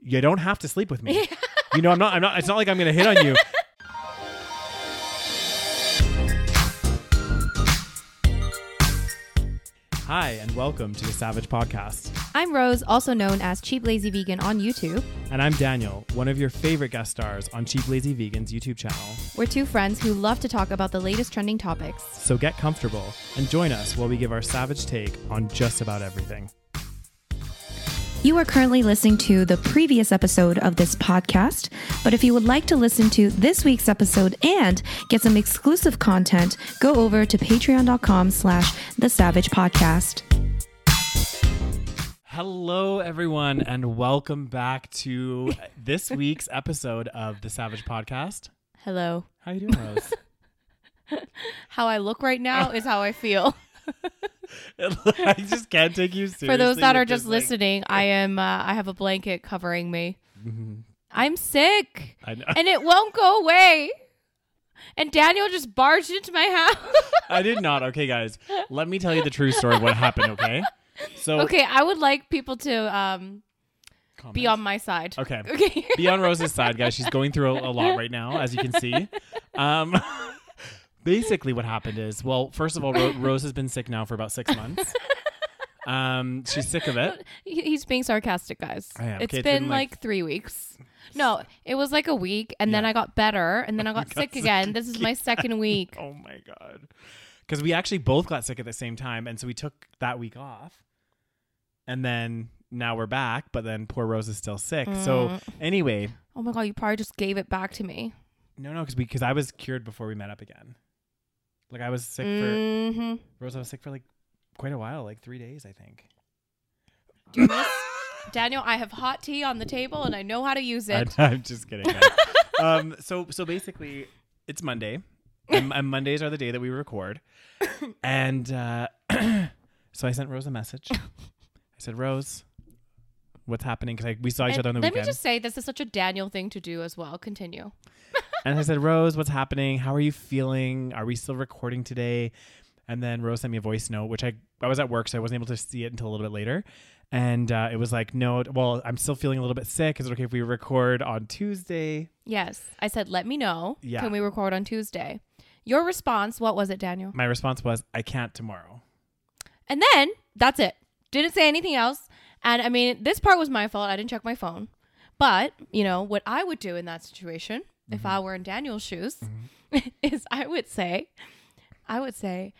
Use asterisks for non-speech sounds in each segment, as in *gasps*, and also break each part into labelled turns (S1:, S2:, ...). S1: you don't have to sleep with me. you know, I'm not. I'm not. It's not like I'm going to hit on you. Hi, and welcome to the Savage Podcast.
S2: I'm Rose, also known as Cheap Lazy Vegan on YouTube.
S1: And I'm Daniel, one of your favorite guest stars on Cheap Lazy Vegan's YouTube channel.
S2: We're two friends who love to talk about the latest trending topics.
S1: So get comfortable and join us while we give our savage take on just about everything.
S2: You are currently listening to the previous episode of this podcast, but if you would like to listen to this week's episode and get some exclusive content, go over to patreon.com slash the savage podcast.
S1: Hello, everyone, and welcome back to this week's episode of the Savage Podcast.
S2: Hello.
S1: How you doing, Rose?
S2: How I look right now is how I feel.
S1: *laughs* I just can't take you seriously.
S2: For those that
S1: with
S2: are just
S1: this, like-
S2: listening, I am uh, I have a blanket covering me.
S1: Mm-hmm.
S2: I'm sick.
S1: I know.
S2: and it won't go away. And Daniel just barged into my house.
S1: *laughs* I did not. Okay, guys, let me tell you the true story of what happened. Okay, so
S2: *laughs* okay, I would like people to um,
S1: comment.
S2: be on my side.
S1: Okay.
S2: Okay.
S1: be on Rose's side, guys. She's going through a, a lot right now, as you can see. Um, *laughs* basically, what happened is, well, first of all, Ro- Rose has been sick now for about six
S2: *laughs*
S1: months. Um, she's sick of it.
S2: *laughs* He- He's being sarcastic, guys.
S1: I am.
S2: It's
S1: Okay,
S2: been, like, three weeks. No, it was like a week, and then
S1: Yeah.
S2: I got better, and then
S1: *laughs*
S2: I got
S1: got
S2: sick
S1: sick
S2: again. This is my second week.
S1: *laughs* Oh my god. Because we actually both got sick at the same time, and so we took that week off, and then now we're back. But then poor Rose is still sick. So anyway,
S2: Oh my god, you probably just gave it back to me.
S1: no, no, because because I was cured before we met up again. Like I was sick
S2: hmm
S1: for Rose. I was sick for like quite a while, like three days, I think.
S2: Daniel, I have hot tea on the table, and I know how to use
S1: *laughs*
S2: it.
S1: I, am just kidding.
S2: *laughs*
S1: guys. um, so so basically, it's Monday, and, and Mondays are the day that we record. And uh, *clears throat* so I sent Rose a message. I said, Rose, what's happening? Because we saw each
S2: And
S1: other on the
S2: let
S1: weekend,
S2: me just say, this is such a Daniel thing to do as well. Continue.
S1: and I said, Rose, what's happening? How are you feeling? Are we still recording today? And then Rose sent me a voice note, which I I was at work, so I wasn't able to see it until a little bit later. And uh, it was like, no, well, I'm still feeling a little bit sick. Is it okay if we record on Tuesday?
S2: Yes. I said, let me know.
S1: Yeah.
S2: Can we record on Tuesday? Your response, what was it, Daniel?
S1: My response was, I can't tomorrow.
S2: And then that's it. Didn't say anything else. And I mean, this part was my fault. I didn't check my phone. But, you know, what I would do in that situation,
S1: Mm-hmm.
S2: if I were in Daniel's shoes, *laughs* is I would say, I would say,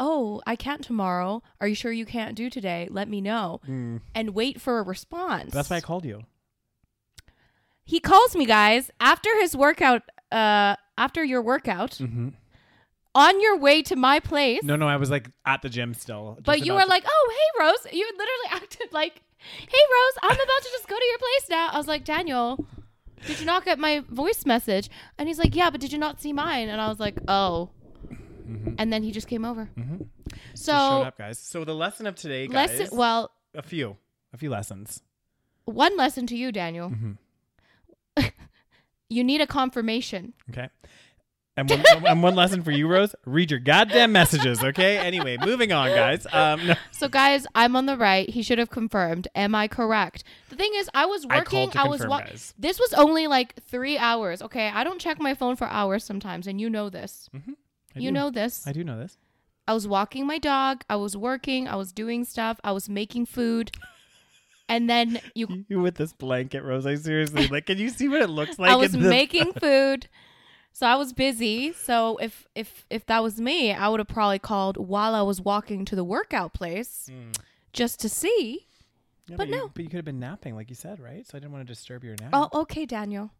S2: Oh, I can't tomorrow. Are you sure you can't do today? Let me know. And wait for a response.
S1: Mm. That's why *laughs* I called you.
S2: he calls me guys after his workout uh after your workout
S1: Mm-hmm.
S2: on your way to my place
S1: No, no, I was like at the gym still. just
S2: but you
S1: about
S2: were
S1: to-
S2: like oh hey rose you literally *laughs* acted like hey rose i'm about to just go to your place now i was like daniel did you not get my voice message and he's like yeah but did you not see mine and i was like oh and then he just came over
S1: Mm-hmm. Just showed
S2: so
S1: up, guys. So the lesson of today, guys.
S2: "Oh." lesson well
S1: a few, a few lessons.
S2: one lesson to you daniel
S1: Mm-hmm.
S2: *laughs* you need a confirmation
S1: Okay. And
S2: *laughs*
S1: one, and one lesson for you, Rose. Read your goddamn messages, okay? Anyway, moving on, guys. Um, no,
S2: So guys, I'm on the right. He should have confirmed. Am I correct? The thing is, I was
S1: I
S2: working.
S1: called to
S2: I, was
S1: confirm,
S2: wa-
S1: guys.
S2: This was only like three hours. Okay, I don't check my phone for hours sometimes, and you know this.
S1: Mm-hmm. I
S2: you
S1: do.
S2: know this.
S1: I do know this.
S2: I was walking my dog. I was working. I was doing stuff. I was making food, and then you
S1: *laughs* You with this blanket, Rose. I seriously like. Can you see what it looks like?
S2: I was
S1: in the- *laughs*
S2: making food. So I was busy. So if if if that was me, I would have probably called while I was walking to the workout place
S1: Hmm.
S2: just to see.
S1: Yeah,
S2: but
S1: you-
S2: no.
S1: but you could have been napping, like you said, right? So I didn't want to disturb your nap.
S2: Oh, okay, Daniel.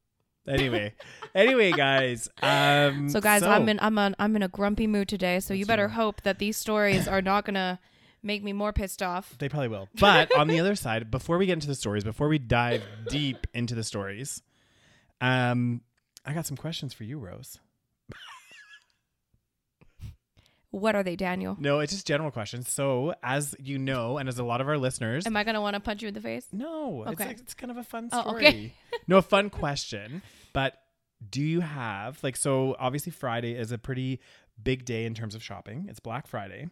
S1: Anyway, anyway, guys. Um,
S2: So guys, I'm
S1: so-
S2: in I'm on I'm in a grumpy mood today. So you better hope that these stories are not gonna make me more pissed off.
S1: They probably
S2: *laughs*
S1: will. But on the other side, before we get into the stories, before we dive deep into the stories, um, I got some questions for you, Rose.
S2: What are they, Daniel?
S1: No, it's just general questions. So, as you know, and as a lot of our listeners,
S2: Am I gonna want to punch you in the face?
S1: no, it's,
S2: Okay.
S1: like- it's kind of a fun story.
S2: Oh, okay. *laughs*
S1: no, a fun question. But do you have like so? Obviously, Friday is a pretty big day in terms of shopping. It's Black Friday.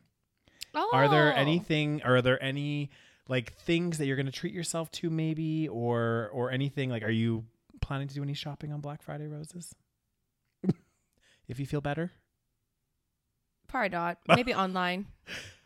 S2: Oh.
S1: Are there anything? Are there any like things that you're going to treat yourself to maybe or or anything like are you planning to do any shopping on Black Friday roses? *laughs* if you feel better.
S2: Probably
S1: *laughs*
S2: not. Maybe online.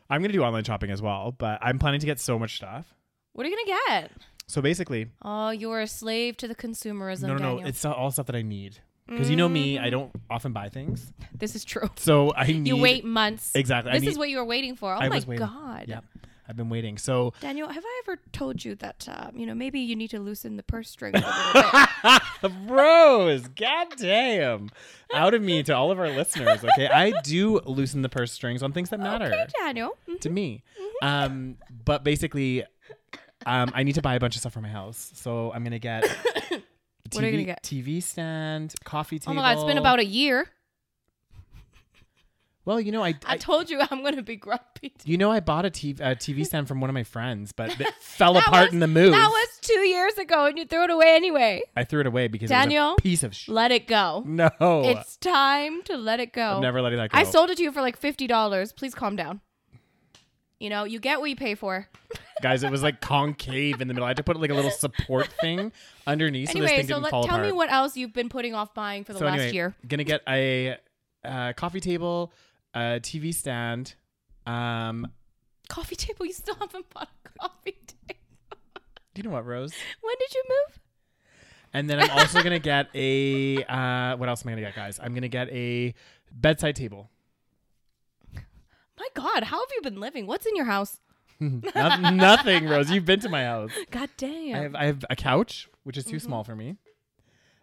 S1: I'm going to do online shopping as well, but I'm planning to get so much stuff.
S2: What are you gonna get?
S1: So basically,
S2: Oh, you're a slave to the consumerism.
S1: no no
S2: Daniel.
S1: no, it's all stuff that I need. Because you know me, I don't often buy things.
S2: this
S1: *laughs*
S2: is true.
S1: So I need
S2: You wait months.
S1: Exactly. I
S2: This
S1: need-
S2: is what you were waiting for. Oh
S1: I
S2: my
S1: was waiting.
S2: god.
S1: Yeah. I've been waiting. So
S2: Daniel, have I ever told you that um, you know maybe you need to loosen the purse strings a
S1: *laughs*
S2: little bit?
S1: Rose, goddamn. Out of me to all of our listeners, okay? I do loosen the purse strings on things that matter
S2: okay, Daniel. Mm.
S1: to me. Um, but basically, um, I need to buy a bunch of stuff for my house. So I'm going to get. TV,
S2: *coughs* What are you gonna get?
S1: TV stand, coffee
S2: Oh
S1: table.
S2: my god, it's been about a year.
S1: Well, you know, I,
S2: I
S1: I-
S2: told you I'm gonna be grumpy.
S1: you know, I bought a TV, a
S2: *laughs*
S1: TV stand from one of my friends, but it fell
S2: That
S1: apart
S2: was-
S1: in the move.
S2: That was two years ago, and you threw it away anyway.
S1: I threw it away because it was
S2: Daniel?
S1: a piece of sh-
S2: Let it go.
S1: No,
S2: It's time to let it go.
S1: I'm never letting that go.
S2: I sold it to you for like fifty dollars. Please calm down. You know, you get what you pay for.
S1: guys it was like concave in the middle i had to put like a little support thing underneath so this
S2: anyway,
S1: thing
S2: so
S1: didn't
S2: let,
S1: fall
S2: tell
S1: apart
S2: me what else you've been putting off buying for the
S1: so
S2: last
S1: anyway
S2: year.
S1: gonna get a uh, coffee table a tv stand um
S2: Coffee table. You still haven't bought a coffee table. *laughs*
S1: you know what rose
S2: When did you move?
S1: and then i'm also gonna get a uh what else am i gonna get guys i'm gonna get a bedside table
S2: My God, how have you been living? What's in your house?
S1: Noth- nothing rose you've been to my house
S2: God damn.
S1: i *laughs* have i have a couch which is too
S2: Mm-hmm.
S1: small for me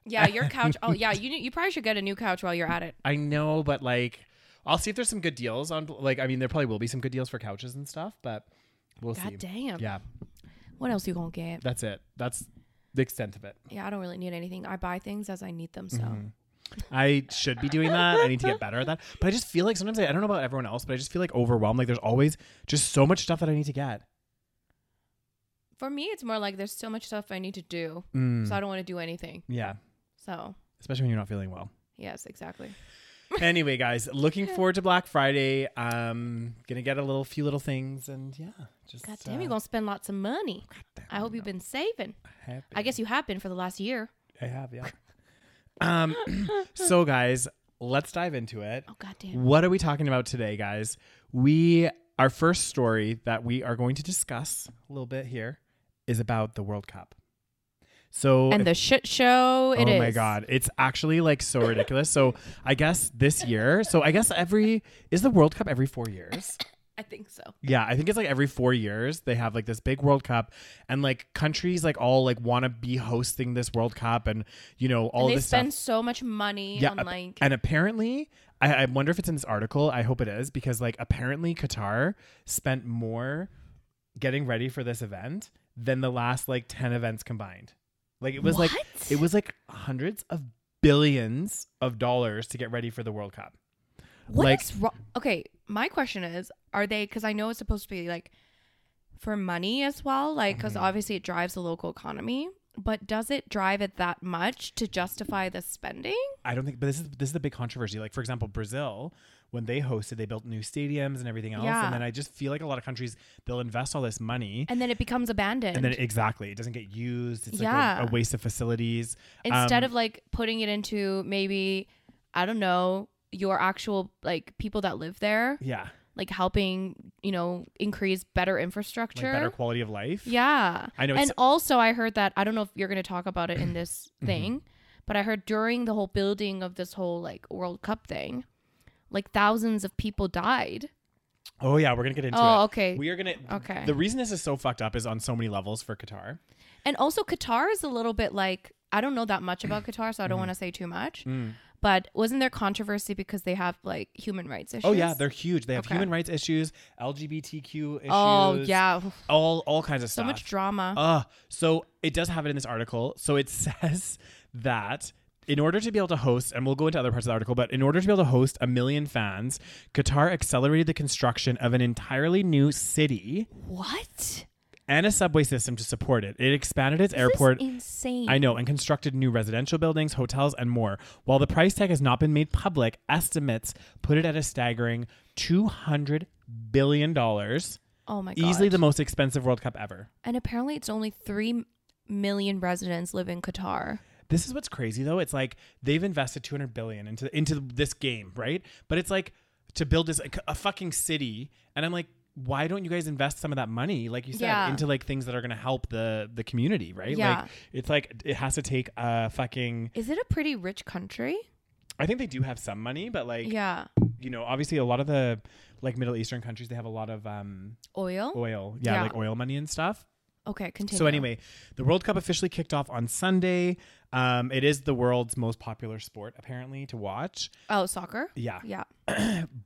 S2: yeah, your couch. Oh yeah, you you probably should get a new couch while you're at it.
S1: I know, but like, I'll see if there's some good deals on. Like, I mean, there probably will be some good deals for couches and stuff, but we'll see.
S2: God damn.
S1: Yeah,
S2: What else you gonna get?
S1: that's it. That's the extent of it.
S2: Yeah, I don't really need anything. I buy things as I need them. So
S1: Mm-hmm. I should be doing that. I need to get better at that. But I just feel like sometimes I, I don't know about everyone else, but I just feel like overwhelmed. Like, there's always just so much stuff that I need to get.
S2: for me, it's more like there's so much stuff I need to do, so
S1: Mm.
S2: I don't want to do anything.
S1: Yeah,
S2: So
S1: especially when you're not feeling
S2: *laughs*
S1: well.
S2: yes, exactly.
S1: anyway, guys, looking forward to Black Friday. Um, gonna get a little few little things, and yeah, just uh,
S2: God damn, you're gonna spend lots of money. I hope you've been saving.
S1: happy.
S2: I guess you have been for the last year.
S1: I have, yeah. um, *clears throat* so guys, let's dive into it.
S2: Oh god damn.
S1: What are we talking about today, guys? We our first story that we are going to discuss a little bit here is about the World Cup. So
S2: And
S1: if-
S2: the shit show it
S1: oh
S2: is.
S1: my god, it's actually like so ridiculous. so I guess this year, so I guess every is the World Cup every 4 years.
S2: I think so.
S1: Yeah, I think it's like every four years they have like this big World Cup, and like countries like all like want to be hosting this World Cup, and you know all
S2: and they
S1: this
S2: spend
S1: stuff.
S2: so much money
S1: Yeah,
S2: on
S1: ap-
S2: like
S1: and apparently, I, I wonder if it's in this article. I hope it is because like apparently Qatar spent more getting ready for this event than the last like ten events combined. Like it was like
S2: What?
S1: it was like hundreds of billions of dollars to get ready for the World Cup. like-
S2: what's wrong okay, my question is, are they because I know it's supposed to be like for money as well, like because
S1: Mm-hmm.
S2: obviously it drives the local economy, but does it drive it that much to justify the spending?
S1: I don't think, but this is this is the big controversy. Like for example, Brazil, when they hosted, they built new stadiums and everything else.
S2: Yeah.
S1: And then I just feel like a lot of countries they'll invest all this money, and,
S2: And then it becomes abandoned.
S1: then exactly it doesn't get used. It's
S2: Yeah.
S1: like a, a waste of facilities.
S2: instead
S1: Um,
S2: of like putting it into maybe i don't know your actual like people that live there
S1: yeah,
S2: like helping you know increase better
S1: like
S2: infrastructure
S1: better quality of life.
S2: yeah
S1: I know
S2: and
S1: it's- Mm-hmm.
S2: also i heard that i don't know if you're going to talk about it in
S1: *clears throat*
S2: this thing but i heard during the whole building of this whole like world cup thing like thousands of people died
S1: Oh yeah, we're gonna get into
S2: oh
S1: it.
S2: okay
S1: We are gonna.
S2: Okay.
S1: The reason this is so fucked up is on so many levels for Qatar.
S2: and also qatar is a little bit like i don't know that much about qatar so i
S1: Mm.
S2: don't want to say too much but wasn't there controversy because they have like human rights issues
S1: Oh yeah, they're huge. They have
S2: Okay.
S1: human rights issues, LGBTQ issues.
S2: Oh yeah,
S1: all all kinds of
S2: so
S1: stuff.
S2: much drama.
S1: Uh, so it does have it in this article. So it *laughs* says that in order to be able to host, and we'll go into other parts of the article, but in order to be able to host a million fans, Qatar accelerated the construction of an entirely new city
S2: what?
S1: and a subway system to support it. It expanded its
S2: This
S1: airport.
S2: is insane.
S1: I know, and constructed new residential buildings, hotels, and more. While the price tag has not been made public, estimates put it at a staggering $200 billion
S2: Oh my god.
S1: Easily the most expensive World Cup ever.
S2: and apparently it's only 3 million residents live in Qatar.
S1: This is what's crazy though. It's like they've invested 200 billion into into this game, right? But it's like to build this like, a fucking city, and I'm like, why don't you guys invest some of that money, like you said,
S2: Yeah.
S1: into like things that are gonna help the the community, right?
S2: Yeah.
S1: Like it's like it has to take a fucking.
S2: Is it a pretty rich country?
S1: I think they do have some money, but like
S2: yeah.
S1: you know, obviously a lot of the like Middle Eastern countries they have a lot of um
S2: Oil?
S1: oil, yeah,
S2: Oh, Yeah.
S1: like oil money and stuff.
S2: Okay, continue.
S1: So anyway, the World Cup officially kicked off on Sunday. Um, it is the world's most popular sport apparently to watch.
S2: Oh, soccer?
S1: Yeah,
S2: Yeah.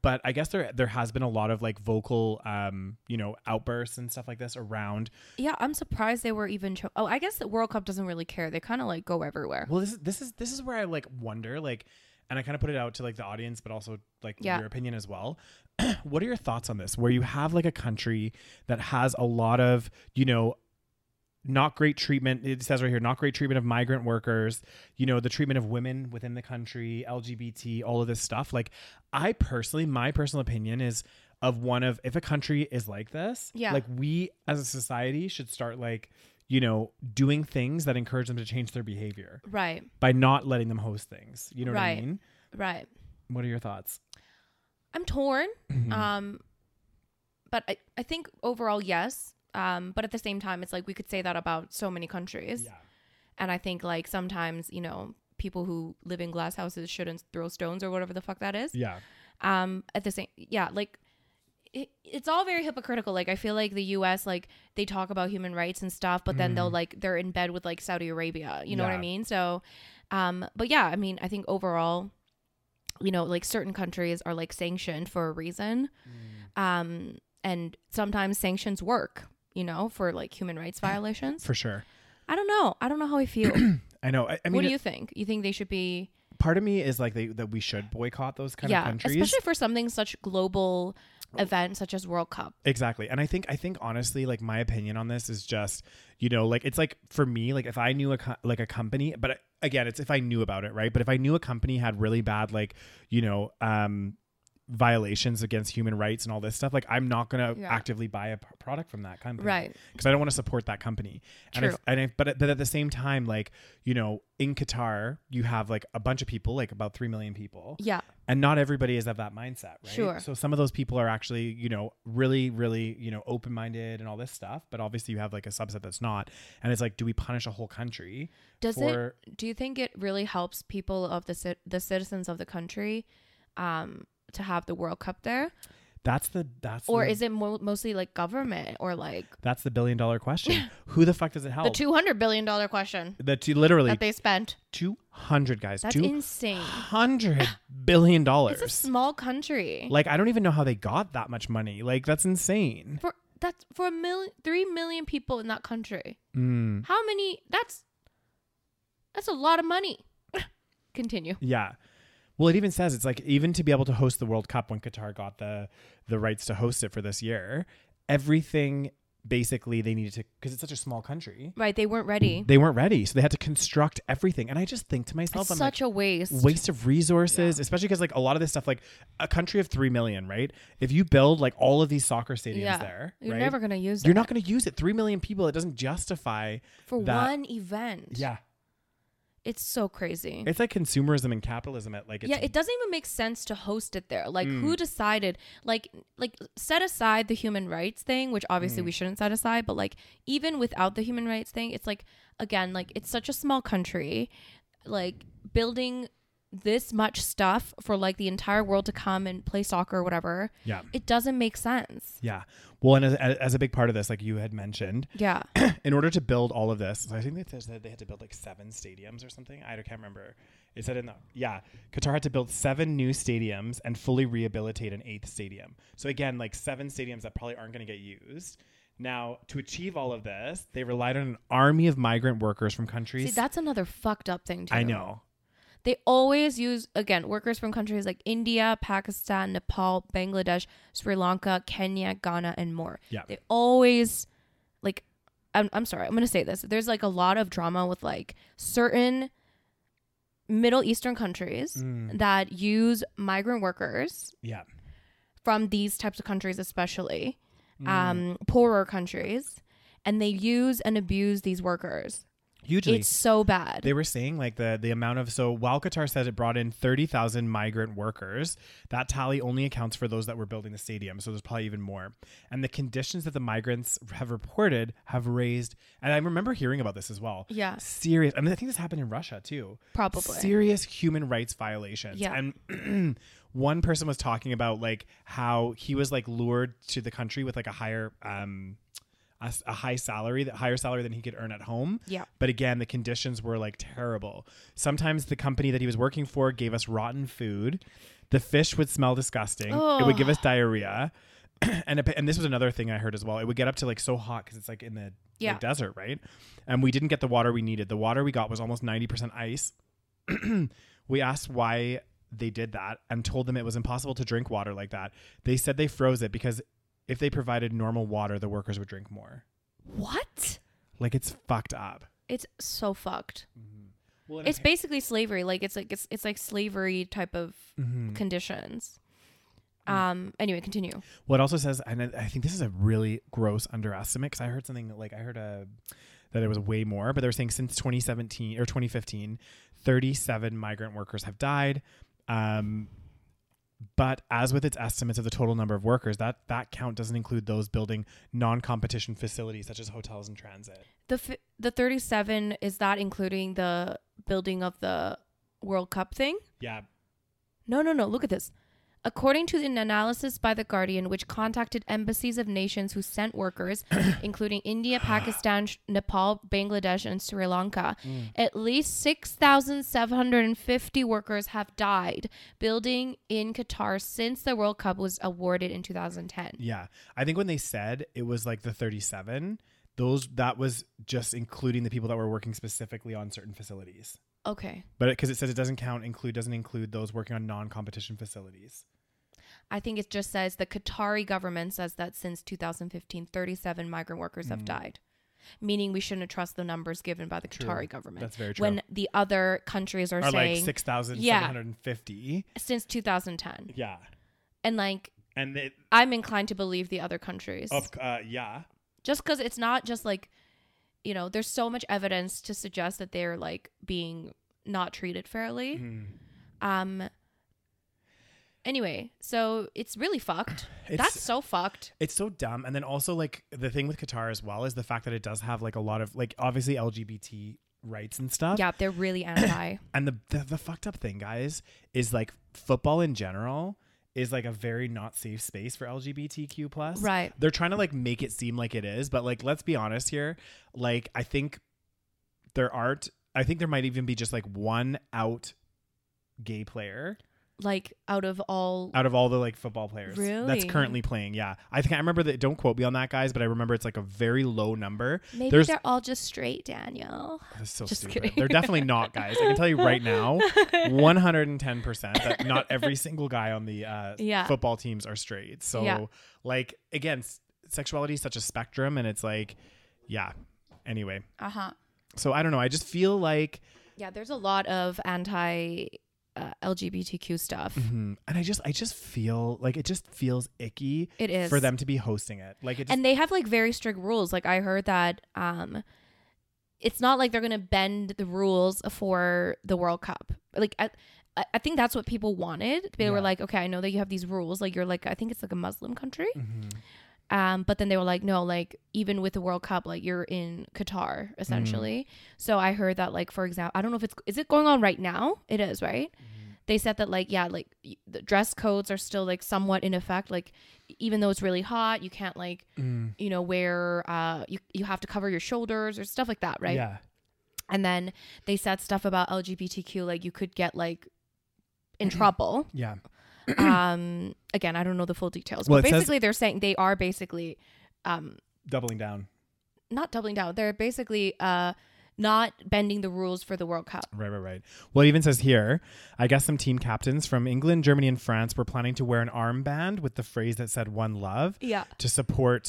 S1: but I guess there there has been a lot of like vocal, um, you know, outbursts and stuff like this around.
S2: Yeah, I'm surprised they were even cho- Oh, I guess the World Cup doesn't really care. They kind of like go everywhere.
S1: Well, this is this is this is where I like wonder like, and I kind of put it out to like the audience, but also like
S2: Yeah.
S1: your opinion as well. *clears throat* what are your thoughts on this? Where you have like a country that has a lot of you know. Not great treatment. It says right here, not great treatment of migrant workers. You know, the treatment of women within the country, LGBT, all of this stuff. Like, I personally, my personal opinion is of one of if a country is like this,
S2: Yeah.
S1: like we as a society should start like, you know, doing things that encourage them to change their behavior
S2: Right.
S1: by not letting them host things. You know what I
S2: Right.
S1: mean?
S2: Right.
S1: What are your thoughts?
S2: I'm torn.
S1: *clears throat* Mhm.
S2: Um, but I, I think overall, yes. Um, but at the same time, it's like we could say that about so many countries.
S1: yeah.
S2: And I think like sometimes, you know, people who live in glass houses shouldn't throw stones or whatever the fuck that is.
S1: Yeah.
S2: Um, at the same, yeah, like it, it's all very hypocritical. Like I feel like the U.S. like they talk about human rights and stuff, but then they'll like they're in bed with like Saudi Arabia. You know what
S1: Mm-hmm. Yeah.
S2: I mean? So, um, but yeah, I mean, I think overall, you know, like certain countries are like sanctioned for a reason,
S1: Mm.
S2: um, and sometimes sanctions work. You know, for like human rights violations.
S1: For sure.
S2: I don't know. I don't know
S1: *clears throat*
S2: how I feel.
S1: I know. I, I
S2: what
S1: mean,
S2: do you think? You think they should be
S1: it- part of me is like they, that we should boycott those kind of countries. Oh.
S2: especially for something such global event such as World Cup.
S1: Exactly. And I think I think honestly like my opinion on this is just, you know, like it's like for me like if I knew a co- like a company, but again, it's if I knew about it, right? But if I knew a company had really bad like, you know, um violations against human rights and all this stuff, like I'm not going to
S2: Yeah.
S1: actively buy a p- product from that company.
S2: Right.
S1: Cuz I don't want to support that company. And if,
S2: True.
S1: and if, but at- but at the same time like, you know, in Qatar, you have like a bunch of people, like about 3 million people
S2: Yeah.
S1: and not everybody is of that mindset right
S2: Sure.
S1: so some of those people are actually you know really really you know open-minded and all this stuff but obviously you have like a subset that's not and it's like do we punish a whole country
S2: Does
S1: for
S2: it? Do you think it really helps people of the ci- the citizens of the country um, to have the World Cup there,
S1: that's the that's
S2: or
S1: the,
S2: is it mo- mostly like government or like
S1: that's the billion dollar question
S2: *laughs*
S1: who the fuck does it help
S2: the two hundred billion dollar question
S1: the two literally
S2: that they spent?
S1: 200 guys
S2: That's
S1: two
S2: insane.
S1: hundred *laughs* billion
S2: It's a
S1: dollars
S2: small country.
S1: like i don't even know how they got that much money like that's insane
S2: for that's for a million, three million people in that country.
S1: mm.
S2: How many? That's that's a lot of money. Continue.
S1: Yeah. Well, it even says it's like even to be able to host the World Cup when Qatar got the the rights to host it for this year, everything basically they needed to because it's such a small country.
S2: Right, they weren't ready.
S1: They weren't ready, so they had to construct everything. And I just think to myself,
S2: It's
S1: I'm like,
S2: such a waste.
S1: waste of resources, especially because like a lot of this stuff, like a country of three million, right? If you build like all of these soccer stadiums
S2: yeah,
S1: there,
S2: you're
S1: right?
S2: never gonna use
S1: you're
S2: that
S1: not going to use it. Three million people, it doesn't justify.
S2: for
S1: that-
S2: one event.
S1: Yeah,
S2: it's so crazy.
S1: it's like consumerism and capitalism at like its
S2: yeah, it doesn't even make sense to host it there. Like,
S1: Mm.
S2: who decided? Like, like set aside the human rights thing, which obviously
S1: Mm.
S2: we shouldn't set aside. But like, even without the human rights thing, it's like again, like it's such a small country. Like building this much stuff for like the entire world to come and play soccer or whatever,
S1: yeah,
S2: it doesn't make sense.
S1: yeah. Well, and as, as a big part of this, like you had mentioned, *coughs*
S2: Yeah,
S1: in order to build all of this, so I think they said they had to build like seven stadiums or something. I don't- can't remember. It said in the yeah, Qatar had to build seven new stadiums and fully rehabilitate an eighth stadium. So again, like seven stadiums that probably aren't going to get used. Now, to achieve all of this, they relied on an army of migrant workers from countries.
S2: see, that's another fucked up thing. Too.
S1: I know.
S2: They always use again workers from countries like India, Pakistan, Nepal, Bangladesh, Sri Lanka, Kenya, Ghana, and more.
S1: Yeah.
S2: They always like I'm I'm sorry, I'm gonna say this. There's like a lot of drama with like certain Middle Eastern countries
S1: Mm.
S2: that use migrant workers
S1: Yeah.
S2: from these types of countries especially
S1: Mm.
S2: um, poorer countries, and they use and abuse these workers.
S1: Hugely.
S2: It's so bad.
S1: they were saying like the the amount of so while Qatar says it brought in 30,000 migrant workers, that tally only accounts for those that were building the stadium, so there's probably even more. And the conditions that the migrants have reported have raised and I remember hearing about this as well.
S2: Yeah.
S1: Serious. I mean I think this happened in Russia too.
S2: Probably.
S1: Serious human rights violations.
S2: Yeah.
S1: And *clears throat* one person was talking about like how he was like lured to the country with like a higher um a, s- a high salary, that higher salary than he could earn at home.
S2: Yeah.
S1: But again, the conditions were like terrible. Sometimes the company that he was working for gave us rotten food. The fish would smell disgusting. It would give us diarrhea. *clears throat* and it, and this was another thing I heard as well. It would get up to like so hot because it's like in the,
S2: Yeah.
S1: the desert, right? And we didn't get the water we needed. The water we got was almost ninety percent ice. *clears throat* we asked why they did that and told them it was impossible to drink water like that. They said they froze it because if they provided normal water, the workers would drink more.
S2: what?
S1: Like it's fucked up.
S2: It's so fucked.
S1: Well,
S2: It's basically slavery. Like it's like it's it's like slavery type of
S1: Mm-hmm. Mm.
S2: conditions. Um. Anyway, continue.
S1: What also says, and I I think this is a really gross underestimate because I heard something that, like I heard a that it was way more, but they were saying since 2017 or 2015, 37 migrant workers have died. Um, but as with its estimates of the total number of workers, that that count doesn't include those building non-competition facilities such as hotels and transit.
S2: The f- the thirty seven is that including the building of the World Cup thing?
S1: Yeah,
S2: No, no, no. Look at this. According to an analysis by The Guardian, which contacted embassies of nations who sent workers, including India, Pakistan, Sh- Nepal, Bangladesh, and Sri Lanka, at least 6,750 workers have died building in Qatar since the World Cup was awarded in 2010.
S1: yeah. I think when they said it was like the 37, those that was just including the people that were working specifically on certain facilities.
S2: Okay.
S1: but because it, says it doesn't count include doesn't include those working on non-competition facilities
S2: I think it just says the Qatari government says that since 2015, 37 migrant workers have died, meaning we shouldn't trust the numbers given by the Qatari government.
S1: That's very
S2: When the other countries are,
S1: are
S2: saying
S1: like 6750
S2: since 2010,
S1: yeah
S2: and like
S1: and it
S2: I'm inclined to believe the other countries,
S1: of uh, yeah
S2: just because it's not just like, you know, there's so much evidence to suggest that they're like being not treated fairly.
S1: Hmm. Mm-hmm.
S2: Um. Anyway, so it's really fucked.
S1: *sighs* It's-
S2: That's so fucked.
S1: it's so dumb and then also like the thing with qatar as well is the fact that it does have like a lot of like obviously lgbt rights and stuff
S2: Yeah,
S1: *coughs*
S2: they're really anti.
S1: and the, the the fucked up thing guys is like football in general is like a very not safe space for lgbtq plus
S2: Right.
S1: they're trying to like make it seem like it is but like let's be honest here like i think there aren't i think there might even be just like one out gay player
S2: like out of all
S1: out of all the like football players that's
S2: Really?
S1: currently playing yeah i think i remember that don't quote me on that guys but i remember it's like a very low number
S2: maybe
S1: there's-
S2: they're all just straight, Daniel.
S1: that's so
S2: Just
S1: stupid
S2: kidding.
S1: they're definitely not guys i can tell you
S2: *laughs*
S1: right now 110% that not every single guy on the uh,
S2: Yeah.
S1: football teams are straight so
S2: Yeah.
S1: like again s- sexuality is such a spectrum and it's like yeah anyway
S2: Uh-huh.
S1: So I don't know. I just feel like,
S2: Yeah, there's a lot of anti uh, LGBTQ stuff.
S1: hmm, and I just, I just feel like it just feels icky.
S2: It is.
S1: for them to be hosting it. Like it. Just,
S2: And they have like very strict rules. Like I heard that um it's not like they're going to bend the rules for the World Cup. Like I I I think that's what people wanted. They
S1: Yeah.
S2: were like, okay, I know that you have these rules. Like you're like, I think it's like a Muslim country.
S1: Mhm.
S2: Um, but then they were like, no, like even with the World Cup, like you're in Qatar
S1: Mm.
S2: essentially. So I heard that like for example, I don't know if it's is it going on right now. It is right. They said that like yeah, like y- the dress codes are still like somewhat in effect. Like e, even though it's really hot, you can't like
S1: Mm.
S2: you know wear uh you you have to cover your shoulders or stuff like that, right?
S1: Yeah.
S2: And then they said stuff about LGBTQ, like you could get like in
S1: Mm-hmm. *clears throat*
S2: trouble
S1: Yeah.
S2: um again i don't know the full details
S1: Well,
S2: but
S1: it says-
S2: basically they're saying they are basically um
S1: Doubling down.
S2: not doubling down they're basically uh not bending the rules for the world cup
S1: Right, right, right. Well, it even says here, I guess some team captains from England, Germany, and France were planning to wear an armband with the phrase that said "One Love"
S2: yeah
S1: to support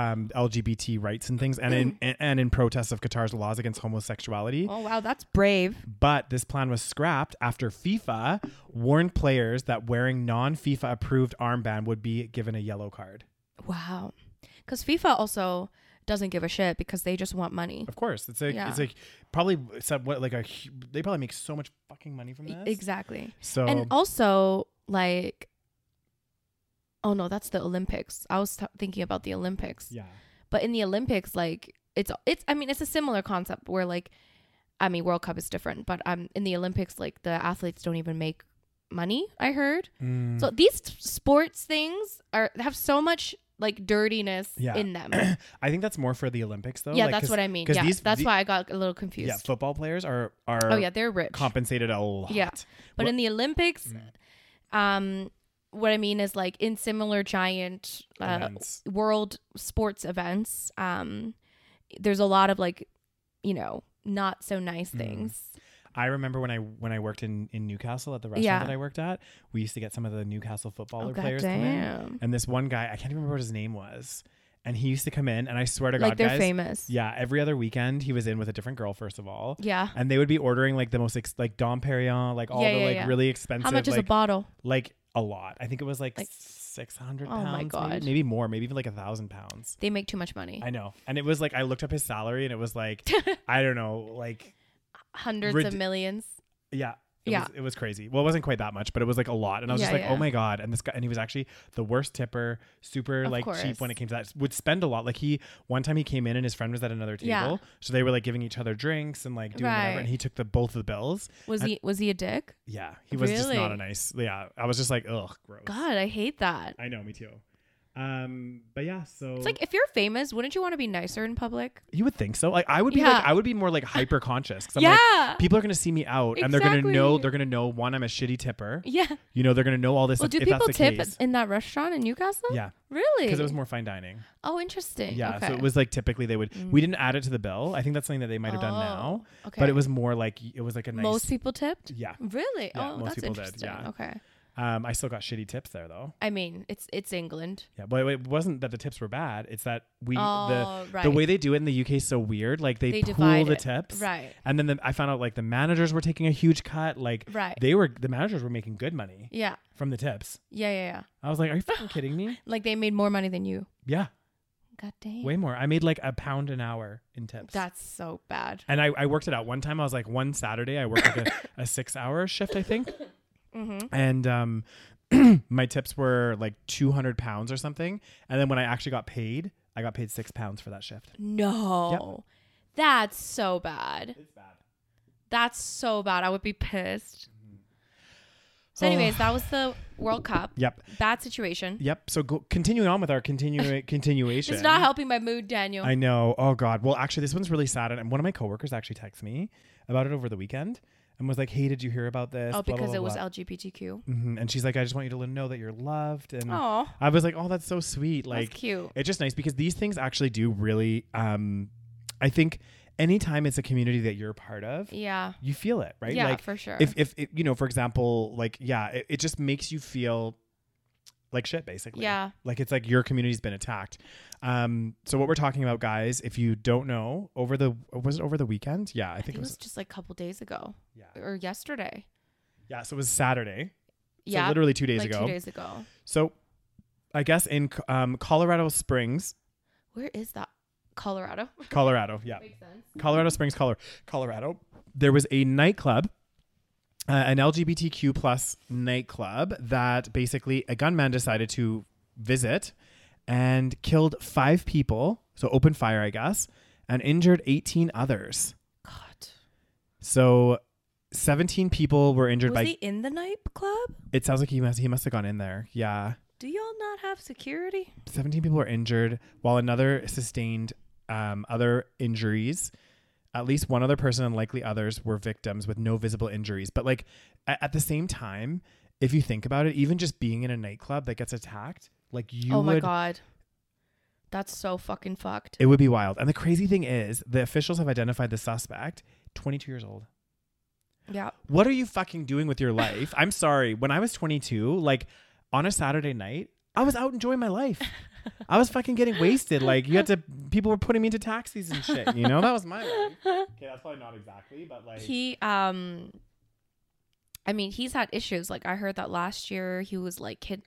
S1: um, LGBT rights and things, and in and, and in protest of Qatar's laws against homosexuality.
S2: Mm. oh wow that's brave
S1: But this plan was scrapped after FIFA warned players that wearing non-FIFA approved armband would be given a yellow card.
S2: wow Because FIFA also doesn't give a shit because they just want money.
S1: Of course, it's like
S2: Yeah.
S1: it's like probably it's a- what like a hu- they probably make so much fucking money from this.
S2: E, Exactly.
S1: So
S2: And also, like, oh no, that's the Olympics. I was t- thinking about the Olympics,
S1: yeah,
S2: but in the Olympics, like, it's it's. I mean, it's a similar concept where, like, I mean, World Cup is different, but um, in the Olympics, like, the athletes don't even make money. I heard.
S1: Mm.
S2: So these t- sports things are have so much like dirtiness
S1: Yeah.
S2: in
S1: *coughs*
S2: them.
S1: I think that's more for the Olympics though.
S2: yeah,
S1: like,
S2: that's
S1: 'cause-
S2: what I mean.
S1: 'cause
S2: Yeah,
S1: these-
S2: that's
S1: the-
S2: why I got a little confused.
S1: Yeah, football players are are
S2: oh yeah, they're rich.
S1: compensated a lot.
S2: Yeah. But
S1: Wha-
S2: in the Olympics,
S1: Mm-hmm.
S2: um, what I mean is like in similar giant uh,
S1: Events.
S2: world sports events, um, there's a lot of like, you know, not so nice
S1: Mm-hmm.
S2: things.
S1: I remember when I when I worked in in Newcastle at the restaurant
S2: Yeah.
S1: that I worked at, we used to get some of the Newcastle footballer
S2: Oh,
S1: players come in,
S2: goddamn.
S1: and this one guy I can't even remember what his name was, and he used to come in, and I swear to
S2: Like
S1: God,
S2: they're
S1: guys,
S2: famous.
S1: yeah, every other weekend he was in with a different girl. First of all,
S2: Yeah.
S1: and they would be ordering like the most ex- like Dom Perignon, like all
S2: Yeah,
S1: the
S2: yeah,
S1: like
S2: yeah.
S1: really expensive,
S2: How much is
S1: like,
S2: a bottle?
S1: like a lot. I think it was like,
S2: Like-
S1: six hundred
S2: Oh
S1: pounds,
S2: my
S1: Maybe,
S2: God.
S1: maybe more, maybe even like a thousand pounds.
S2: They make too much money.
S1: I know, and it was like I looked up his salary, and it was
S2: *laughs*
S1: like I don't know, like
S2: Hundreds
S1: Rid-
S2: of millions.
S1: Yeah. It
S2: Yeah.
S1: Was, it was crazy. Well, it wasn't quite that much, but it was like a lot. And I was
S2: Yeah,
S1: just like,
S2: yeah.
S1: oh my God. And this guy, and he was actually the worst tipper, super
S2: Of
S1: like cheap
S2: course.
S1: when it came to that, would spend a lot. Like he, one time he came in and his friend was at another table.
S2: Yeah.
S1: So they were like giving each other drinks and like doing whatever.
S2: Right.
S1: And he took the both of the bills.
S2: Was
S1: I-
S2: he was he a dick?
S1: Yeah. He was just not a
S2: Really?
S1: nice, yeah. I was just like, ugh, gross.
S2: God, I hate that.
S1: I know, me too. Um, but yeah, so
S2: It's like if you're famous, wouldn't you want to be nicer in public?
S1: you would think so. Like I would be
S2: Yeah.
S1: like, I would be more like hyper conscious. I'm like,
S2: yeah.
S1: people are going to see me out and they're going to know,
S2: Exactly.
S1: they're going to know one, I'm a shitty tipper.
S2: yeah.
S1: You know, they're going to know all this
S2: Well,
S1: if,
S2: do
S1: if
S2: people
S1: that's the
S2: tip
S1: case.
S2: in that restaurant in Newcastle?
S1: Yeah,
S2: Really?
S1: because it was more fine dining.
S2: Oh, interesting.
S1: Yeah,
S2: Okay. Mm.
S1: so it was like typically they would. We didn't add it to the bill. I think that's something that they might have done
S2: Oh,
S1: now.
S2: okay.
S1: But it was more like it was like a nice.
S2: most people tipped.
S1: yeah.
S2: Really?
S1: Yeah,
S2: oh,
S1: most
S2: that's
S1: people did,
S2: interesting.
S1: yeah.
S2: Okay.
S1: Um, I still got shitty tips there though.
S2: I mean, it's it's England.
S1: Yeah, but it wasn't that the tips were bad. It's that we
S2: Oh,
S1: the the
S2: right.
S1: way they do it in the UK is so weird. Like they,
S2: They
S1: pool
S2: divide
S1: the
S2: it.
S1: tips,
S2: Right.
S1: And then the, I found out like the managers were taking a huge cut. Like
S2: Right.
S1: they were the managers were making good money
S2: Yeah.
S1: from the tips.
S2: Yeah. Yeah. Yeah.
S1: I was like, are you
S2: *gasps*
S1: fucking kidding me?
S2: Like they made more money than you.
S1: Yeah,
S2: God damn.
S1: way more. I made like a pound an hour in tips.
S2: That's so bad.
S1: And I, I worked it out. One time I was like one Saturday, I worked
S2: *coughs*
S1: like a, a six hour shift, I think. And um *clears throat* my tips were like two hundred pounds or something. And then when I actually got paid, I got paid six pounds for that shift.
S2: No. That's so bad.
S1: It's bad.
S2: That's so bad. I would be pissed.
S1: Oh.
S2: So, anyways, that was the World Cup.
S1: Yep.
S2: Bad situation.
S1: Yep. So go, continuing on with our
S2: *laughs*
S1: continu- continuation.
S2: It's not helping my mood, Daniel.
S1: I know. Oh God. Well, actually, this one's really sad, and one of my coworkers actually texted me about it over the weekend and was like, "Hey, did you hear about this?" Blah,
S2: oh,
S1: blah,
S2: because
S1: blah,
S2: it was
S1: blah.
S2: LGBTQ.
S1: Mhm. And she's like, "I just want you to know that you're loved." And
S2: Oh,
S1: I was like, "Oh, that's so sweet." Mm. Like,
S2: that's cute.
S1: It's just nice because these things actually do really. Um, I think anytime it's a community that you're a part of,
S2: Yeah.
S1: you feel it, right?
S2: Yeah,
S1: like
S2: for sure.
S1: if if it, you know, for example, like yeah, it, it just makes you feel like shit, basically.
S2: Yeah.
S1: Like it's like your community's been attacked. Um, so what we're talking about, guys, if you don't know, over the was it over the weekend? Yeah, I
S2: I
S1: think it was.
S2: just like a couple days ago
S1: Yeah,
S2: or yesterday.
S1: yeah. So it was Saturday.
S2: Yeah.
S1: So literally two days
S2: like
S1: ago.
S2: two days ago.
S1: So, I guess in um, Colorado Springs,
S2: Where is that? Colorado.
S1: Colorado. Yeah.
S2: Makes sense.
S1: Colorado Springs, Color- Colorado, there was a nightclub, uh, an LGBTQ plus nightclub that basically a gunman decided to visit and killed five people. So open fire, I guess, and injured 18 others.
S2: God.
S1: So 17 people were injured
S2: Was
S1: by.
S2: he in the nightclub?
S1: it sounds like he must he must have gone in there. Yeah.
S2: Do y'all not have security?
S1: 17 people were injured, while another sustained um, other injuries. At least one other person and likely others were victims with no visible injuries. But, like, a- at the same time, if you think about it, even just being in a nightclub that gets attacked, like, you
S2: oh my
S1: would.
S2: god. That's so fucking fucked.
S1: It would be wild. And the crazy thing is, the officials have identified the suspect, 22 years old.
S2: yeah.
S1: What are you fucking doing with your life? I'm sorry. When I was 22, like, on a Saturday night, I was out enjoying my life. I was fucking getting wasted. Like you had to, people were putting me into taxis and shit. You know, that was my life. Okay, that's probably not exactly, but like,
S2: He um I mean, he's had issues. Like I heard that last year he was like kid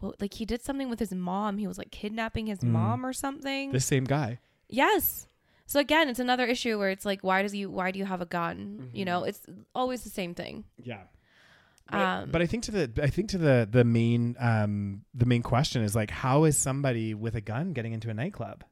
S2: well, like he did something with his mom. He was like kidnapping his
S1: Mm.
S2: mom or something.
S1: This same guy.
S2: yes. So again, it's another issue where it's like, why does you why do you have a gun? You know,
S1: Mm-hmm.
S2: it's always the same thing.
S1: Yeah. But,
S2: Um,
S1: but I think to the I think to the the main um the main question is like how is somebody with a gun getting into a nightclub?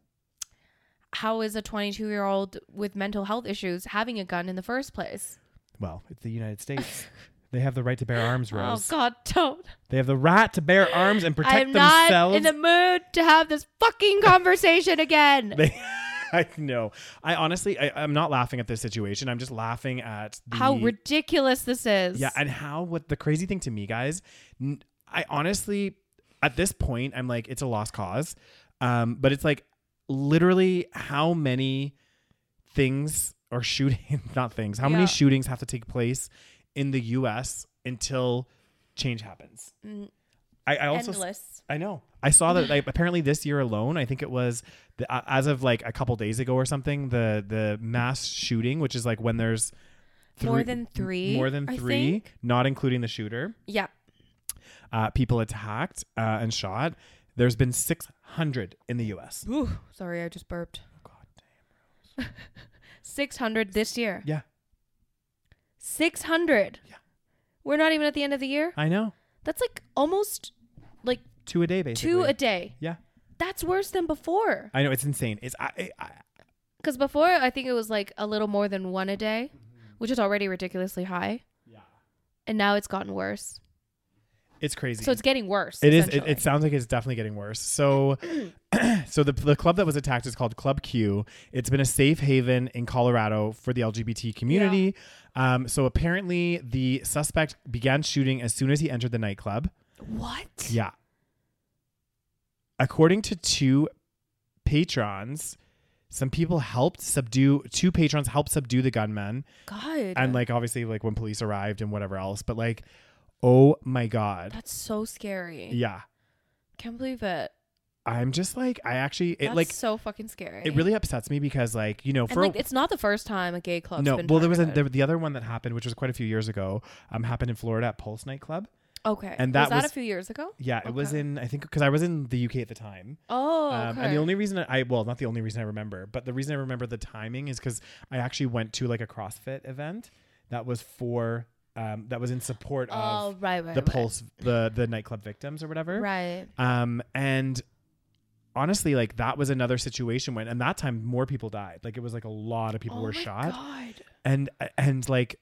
S2: how is a 22 year old with mental health issues having a gun in the first place?
S1: Well, it's the United States. they have the right to bear arms, Rose.
S2: Oh God, don't!
S1: They have the right to bear arms and protect
S2: I'm not
S1: themselves.
S2: in the mood to have this fucking *laughs* conversation again.
S1: They- *laughs* I know. I honestly, I, I'm not laughing at this situation. I'm just laughing at the,
S2: how ridiculous this is!
S1: Yeah, and how what the crazy thing to me, guys, n- I honestly at this point I'm like it's a lost cause. Um but it's like literally how many things or shooting *laughs* not things, how
S2: Yeah.
S1: many shootings have to take place in the US until change happens.
S2: Mm,
S1: I, I also
S2: endless.
S1: I know. I saw that like, apparently this year alone, I think it was the, uh, as of like a couple days ago or something, the the mass shooting, which is like when there's
S2: More than three,
S1: more than
S2: I
S1: three,
S2: think.
S1: not including the shooter,
S2: Yeah,
S1: uh, people attacked uh, and shot. There's been 600 in the U.S.
S2: Ooh, sorry, I just burped.
S1: God
S2: Six hundred this year.
S1: Yeah,
S2: Six hundred.
S1: Yeah.
S2: We're not even at the end of the year.
S1: I know.
S2: That's like almost like
S1: Two a day, basically.
S2: two a day.
S1: Yeah,
S2: That's worse than before.
S1: I know. It's insane. It's I, I, I-
S2: Because before, I think it was like a little more than one a day, which is already ridiculously high.
S1: Mm-hmm. Yeah.
S2: And now it's gotten worse.
S1: it's crazy.
S2: So it's getting worse.
S1: It is. It,
S2: essentially.
S1: it sounds like it's definitely getting worse. So, *clears throat* so the the club that was attacked is called Club Q. It's been a safe haven in Colorado for the LGBT community. Um, so apparently, the suspect began shooting as soon as he entered the nightclub.
S2: what?
S1: Yeah. According to two patrons, some people helped subdue. Two patrons helped subdue the gunman
S2: God.
S1: and like obviously like when police arrived and whatever else. But like, oh my god,
S2: that's so scary.
S1: yeah.
S2: Can't believe it.
S1: I'm just like I actually it
S2: That's
S1: like
S2: so fucking scary.
S1: it really upsets me because like you know
S2: And
S1: for
S2: like, it's not the first time a gay club's
S1: no
S2: been.
S1: well there was a,
S2: targeted.
S1: there, the other one that happened which was quite a few years ago um happened in Florida at Pulse nightclub
S2: okay.
S1: and that
S2: was that
S1: was-
S2: a few years ago?
S1: yeah it was
S2: Okay.
S1: in I think because I was in the UK at the time
S2: Oh, okay.
S1: um, and the only reason I well not the only reason I remember but the reason I remember the timing is because I actually went to like a CrossFit event that was for um that was in support
S2: oh,
S1: of
S2: right, right,
S1: the
S2: right.
S1: Pulse the the nightclub victims or whatever
S2: Right.
S1: Um, and honestly, like that was another situation when, and that time more people died. Like it was like a lot of people
S2: oh
S1: were
S2: my
S1: shot,
S2: God.
S1: and and like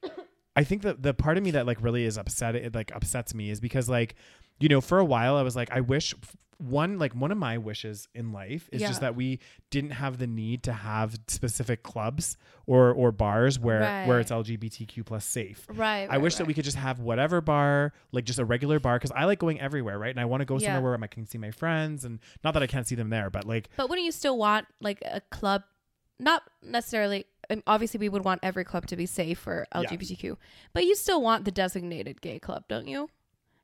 S1: I think that the part of me that like really is upset, it like upsets me is because like you know for a while I was like I wish one like one of my wishes in life is
S2: Yeah.
S1: just that we didn't have the need to have specific clubs or or bars where where
S2: Right.
S1: it's LGBTQ plus safe.
S2: Right.
S1: I wish that we could just have whatever bar, like just a regular bar, because I like going everywhere, right? And I want to go
S2: Yeah.
S1: somewhere where I can see my friends, and not that I can't see them there, but like,
S2: But wouldn't you still want like a club? Not necessarily. um, Obviously, we would want every club to be safe for
S1: Yeah.
S2: LGBTQ, but you still want the designated gay club, don't you?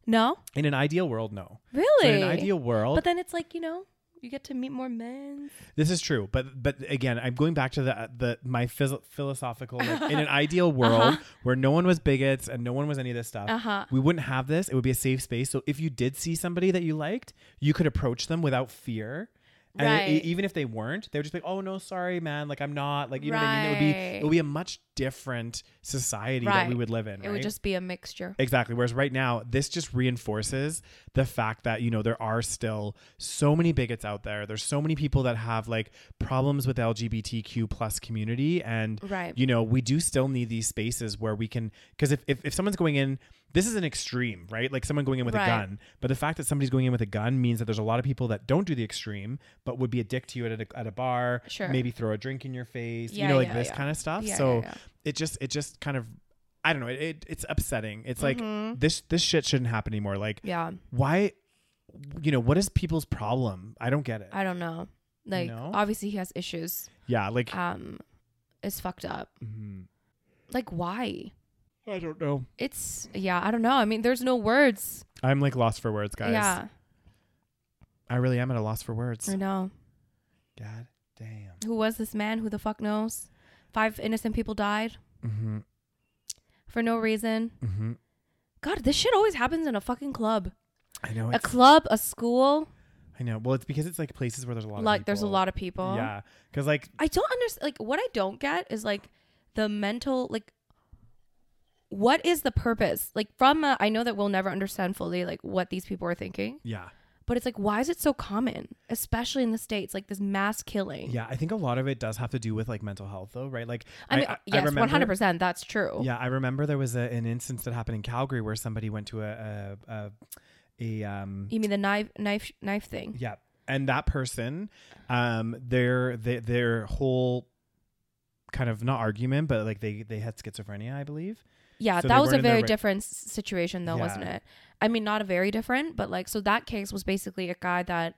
S2: No,
S1: in an ideal world, no. So
S2: really.
S1: in an ideal world,
S2: but then it's like you know, you get to meet more men.
S1: this is true. But but again, I'm going back to the the my phys- philosophical. Like,
S2: *laughs*
S1: in an
S2: Uh-huh.
S1: ideal world where no one was bigots and no one was any of this stuff,
S2: Uh huh.
S1: we wouldn't have this. It would be a safe space. So if you did see somebody that you liked, you could approach them without fear. And it-
S2: Right.
S1: even if they weren't, they would just be like, "Oh no, sorry, man. Like I'm not. Like you know what I mean? It would be it
S2: Right.
S1: would be a much different society that we
S2: Right.
S1: would live in.
S2: It
S1: right?
S2: would just be a mixture.
S1: Exactly. Whereas right now, this just reinforces the fact that, you know, there are still so many bigots out there. There's so many people that have like problems with LGBTQ plus community. And,
S2: Right.
S1: you know, we do still need these spaces where we can, because if, if, if someone's going in, this is an extreme, right? Like someone going in with a
S2: Right.
S1: gun. But the fact that somebody's going in with a gun means that there's a lot of people that don't do the extreme, but would be a dick to you at a, at a bar,
S2: Sure.
S1: maybe throw a drink in your face, you
S2: Yeah,
S1: know, like
S2: yeah,
S1: this
S2: yeah.
S1: kind of stuff.
S2: Yeah,
S1: so
S2: yeah, yeah.
S1: it just, it just kind of I don't know. It, it it's upsetting.
S2: Mm-hmm.
S1: It's like this this shit shouldn't happen anymore. Like
S2: Yeah,
S1: why, you know, what is people's problem? I don't get it.
S2: I don't know. Like
S1: No?
S2: obviously he has issues.
S1: yeah, like
S2: Um, it's fucked up.
S1: mhm.
S2: Like why?
S1: I don't know.
S2: It's yeah. I don't know. I mean, there's no words.
S1: I'm like lost for words, guys.
S2: Yeah,
S1: I really am at a loss for words.
S2: I know.
S1: God damn.
S2: who was this man? Who the fuck knows? Five innocent people died
S1: Mm-hmm.
S2: for no reason.
S1: Mm-hmm.
S2: God, this shit always happens in a fucking club.
S1: I know.
S2: a
S1: Oh, It's,
S2: club, a school.
S1: I know. Well, it's because it's like places where there's a lot.
S2: Like
S1: of
S2: there's a
S1: people.
S2: lot of people.
S1: Yeah, because like
S2: I don't understand. Like what I don't get is like the mental like. What is the purpose? Like from a, I know that we'll never understand fully like what these people are thinking,
S1: yeah,
S2: but it's like why is it so common, especially in the states? Like this mass killing.
S1: yeah. I think a lot of it does have to do with like mental health, though, right? Like
S2: I mean, yes, one
S1: remember-
S2: hundred percent. That's true.
S1: Yeah, I remember there was a, an instance that happened in Calgary where somebody went to a a, a, a um
S2: You mean the knife, knife, knife thing?
S1: yeah, and that person, um, their their, their whole kind of not argument, but like they they had schizophrenia, I believe.
S2: Yeah,
S1: So they
S2: that was a
S1: weren't in their
S2: very
S1: right-
S2: different s- situation, though, wasn't
S1: Yeah.
S2: it? I mean, not a very different, but like, so that case was basically a guy that,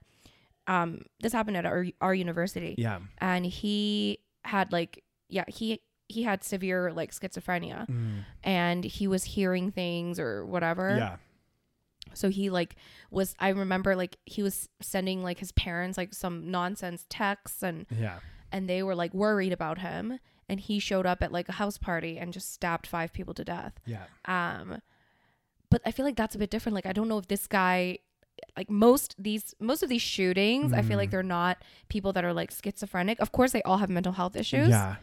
S2: um, this happened at our our university,
S1: Yeah,
S2: and he had like, yeah, he he had severe like schizophrenia,
S1: Mm.
S2: and he was hearing things or whatever.
S1: yeah,
S2: So he like was I remember like he was sending like his parents like some nonsense texts and
S1: yeah.
S2: and they were like worried about him and he showed up at like a house party and just stabbed five people to death
S1: Yeah.
S2: um but i feel like that's a bit different like i don't know if this guy like most these most of these shootings i feel like
S1: Mm.
S2: they're not people that are like schizophrenic of course they all have mental health issues
S1: Yeah.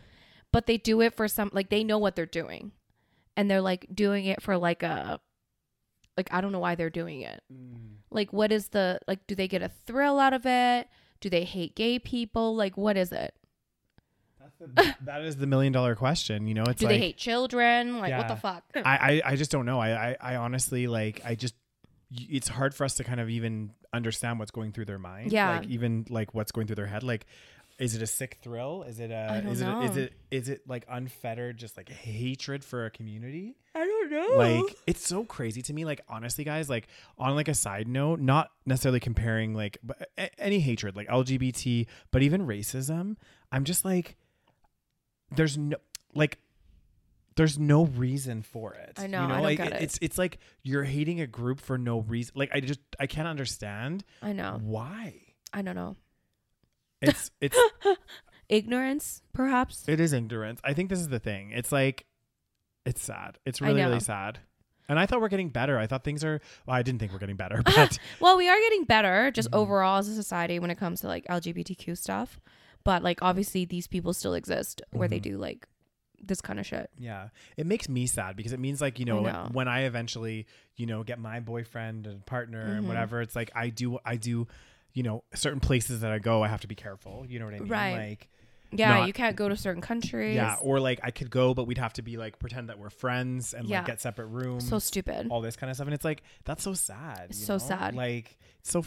S2: but they do it for some like they know what they're doing and they're like doing it for like a like i don't know why they're doing it
S1: Mm.
S2: like what is the like do they get a thrill out of it do they hate gay people like what is it
S1: That's the, that is the million dollar question. You know, it's
S2: do
S1: like
S2: they hate children like what
S1: Yeah.
S2: the fuck
S1: I, I I just don't know. I, I I honestly like I just y- it's hard for us to kind of even understand what's going through their mind.
S2: Yeah.
S1: Like even like what's going through their head. Like is it a sick thrill? Is it a
S2: I don't
S1: is it a- is
S2: know.
S1: it is it like unfettered just like hatred for a community?
S2: i don't know
S1: Like it's so crazy to me. Like honestly, guys. Like on like a side note, not necessarily comparing like b- a- any hatred, like LGBT, but even racism. I'm just like, there's no like, there's no reason for it.
S2: I know, I don't
S1: like
S2: get it.
S1: it's it's like you're hating a group for no reason. Like I just I can't understand
S2: i know
S1: why.
S2: i don't know
S1: It's it's
S2: ignorance, perhaps.
S1: it is endurance. I think this is the thing. It's like, it's sad. It's
S2: I
S1: really
S2: know.
S1: really sad. And I thought we're getting better. I thought things are. Well, I didn't think we're getting better, *laughs*
S2: *laughs*
S1: but
S2: Well, we are getting better just
S1: Mm-hmm.
S2: overall as a society when it comes to like LGBTQ stuff. But like obviously these people still exist where they
S1: Mm-hmm.
S2: do like this kind of shit.
S1: Yeah. It makes me sad because it means like, you know,
S2: know.
S1: when I eventually, you know, get my boyfriend and partner and
S2: Mhm.
S1: whatever, it's like I do I do, you know, certain places that I go, I have to be careful. You know what I mean?
S2: Right.
S1: Like
S2: Yeah,
S1: Not-
S2: you can't go to certain countries.
S1: yeah, or like I could go but we'd have to be like pretend that we're friends and
S2: Yeah.
S1: like get separate rooms.
S2: so stupid.
S1: all this kind of stuff and it's like that's so sad. you
S2: So
S1: know?
S2: sad.
S1: Like it's so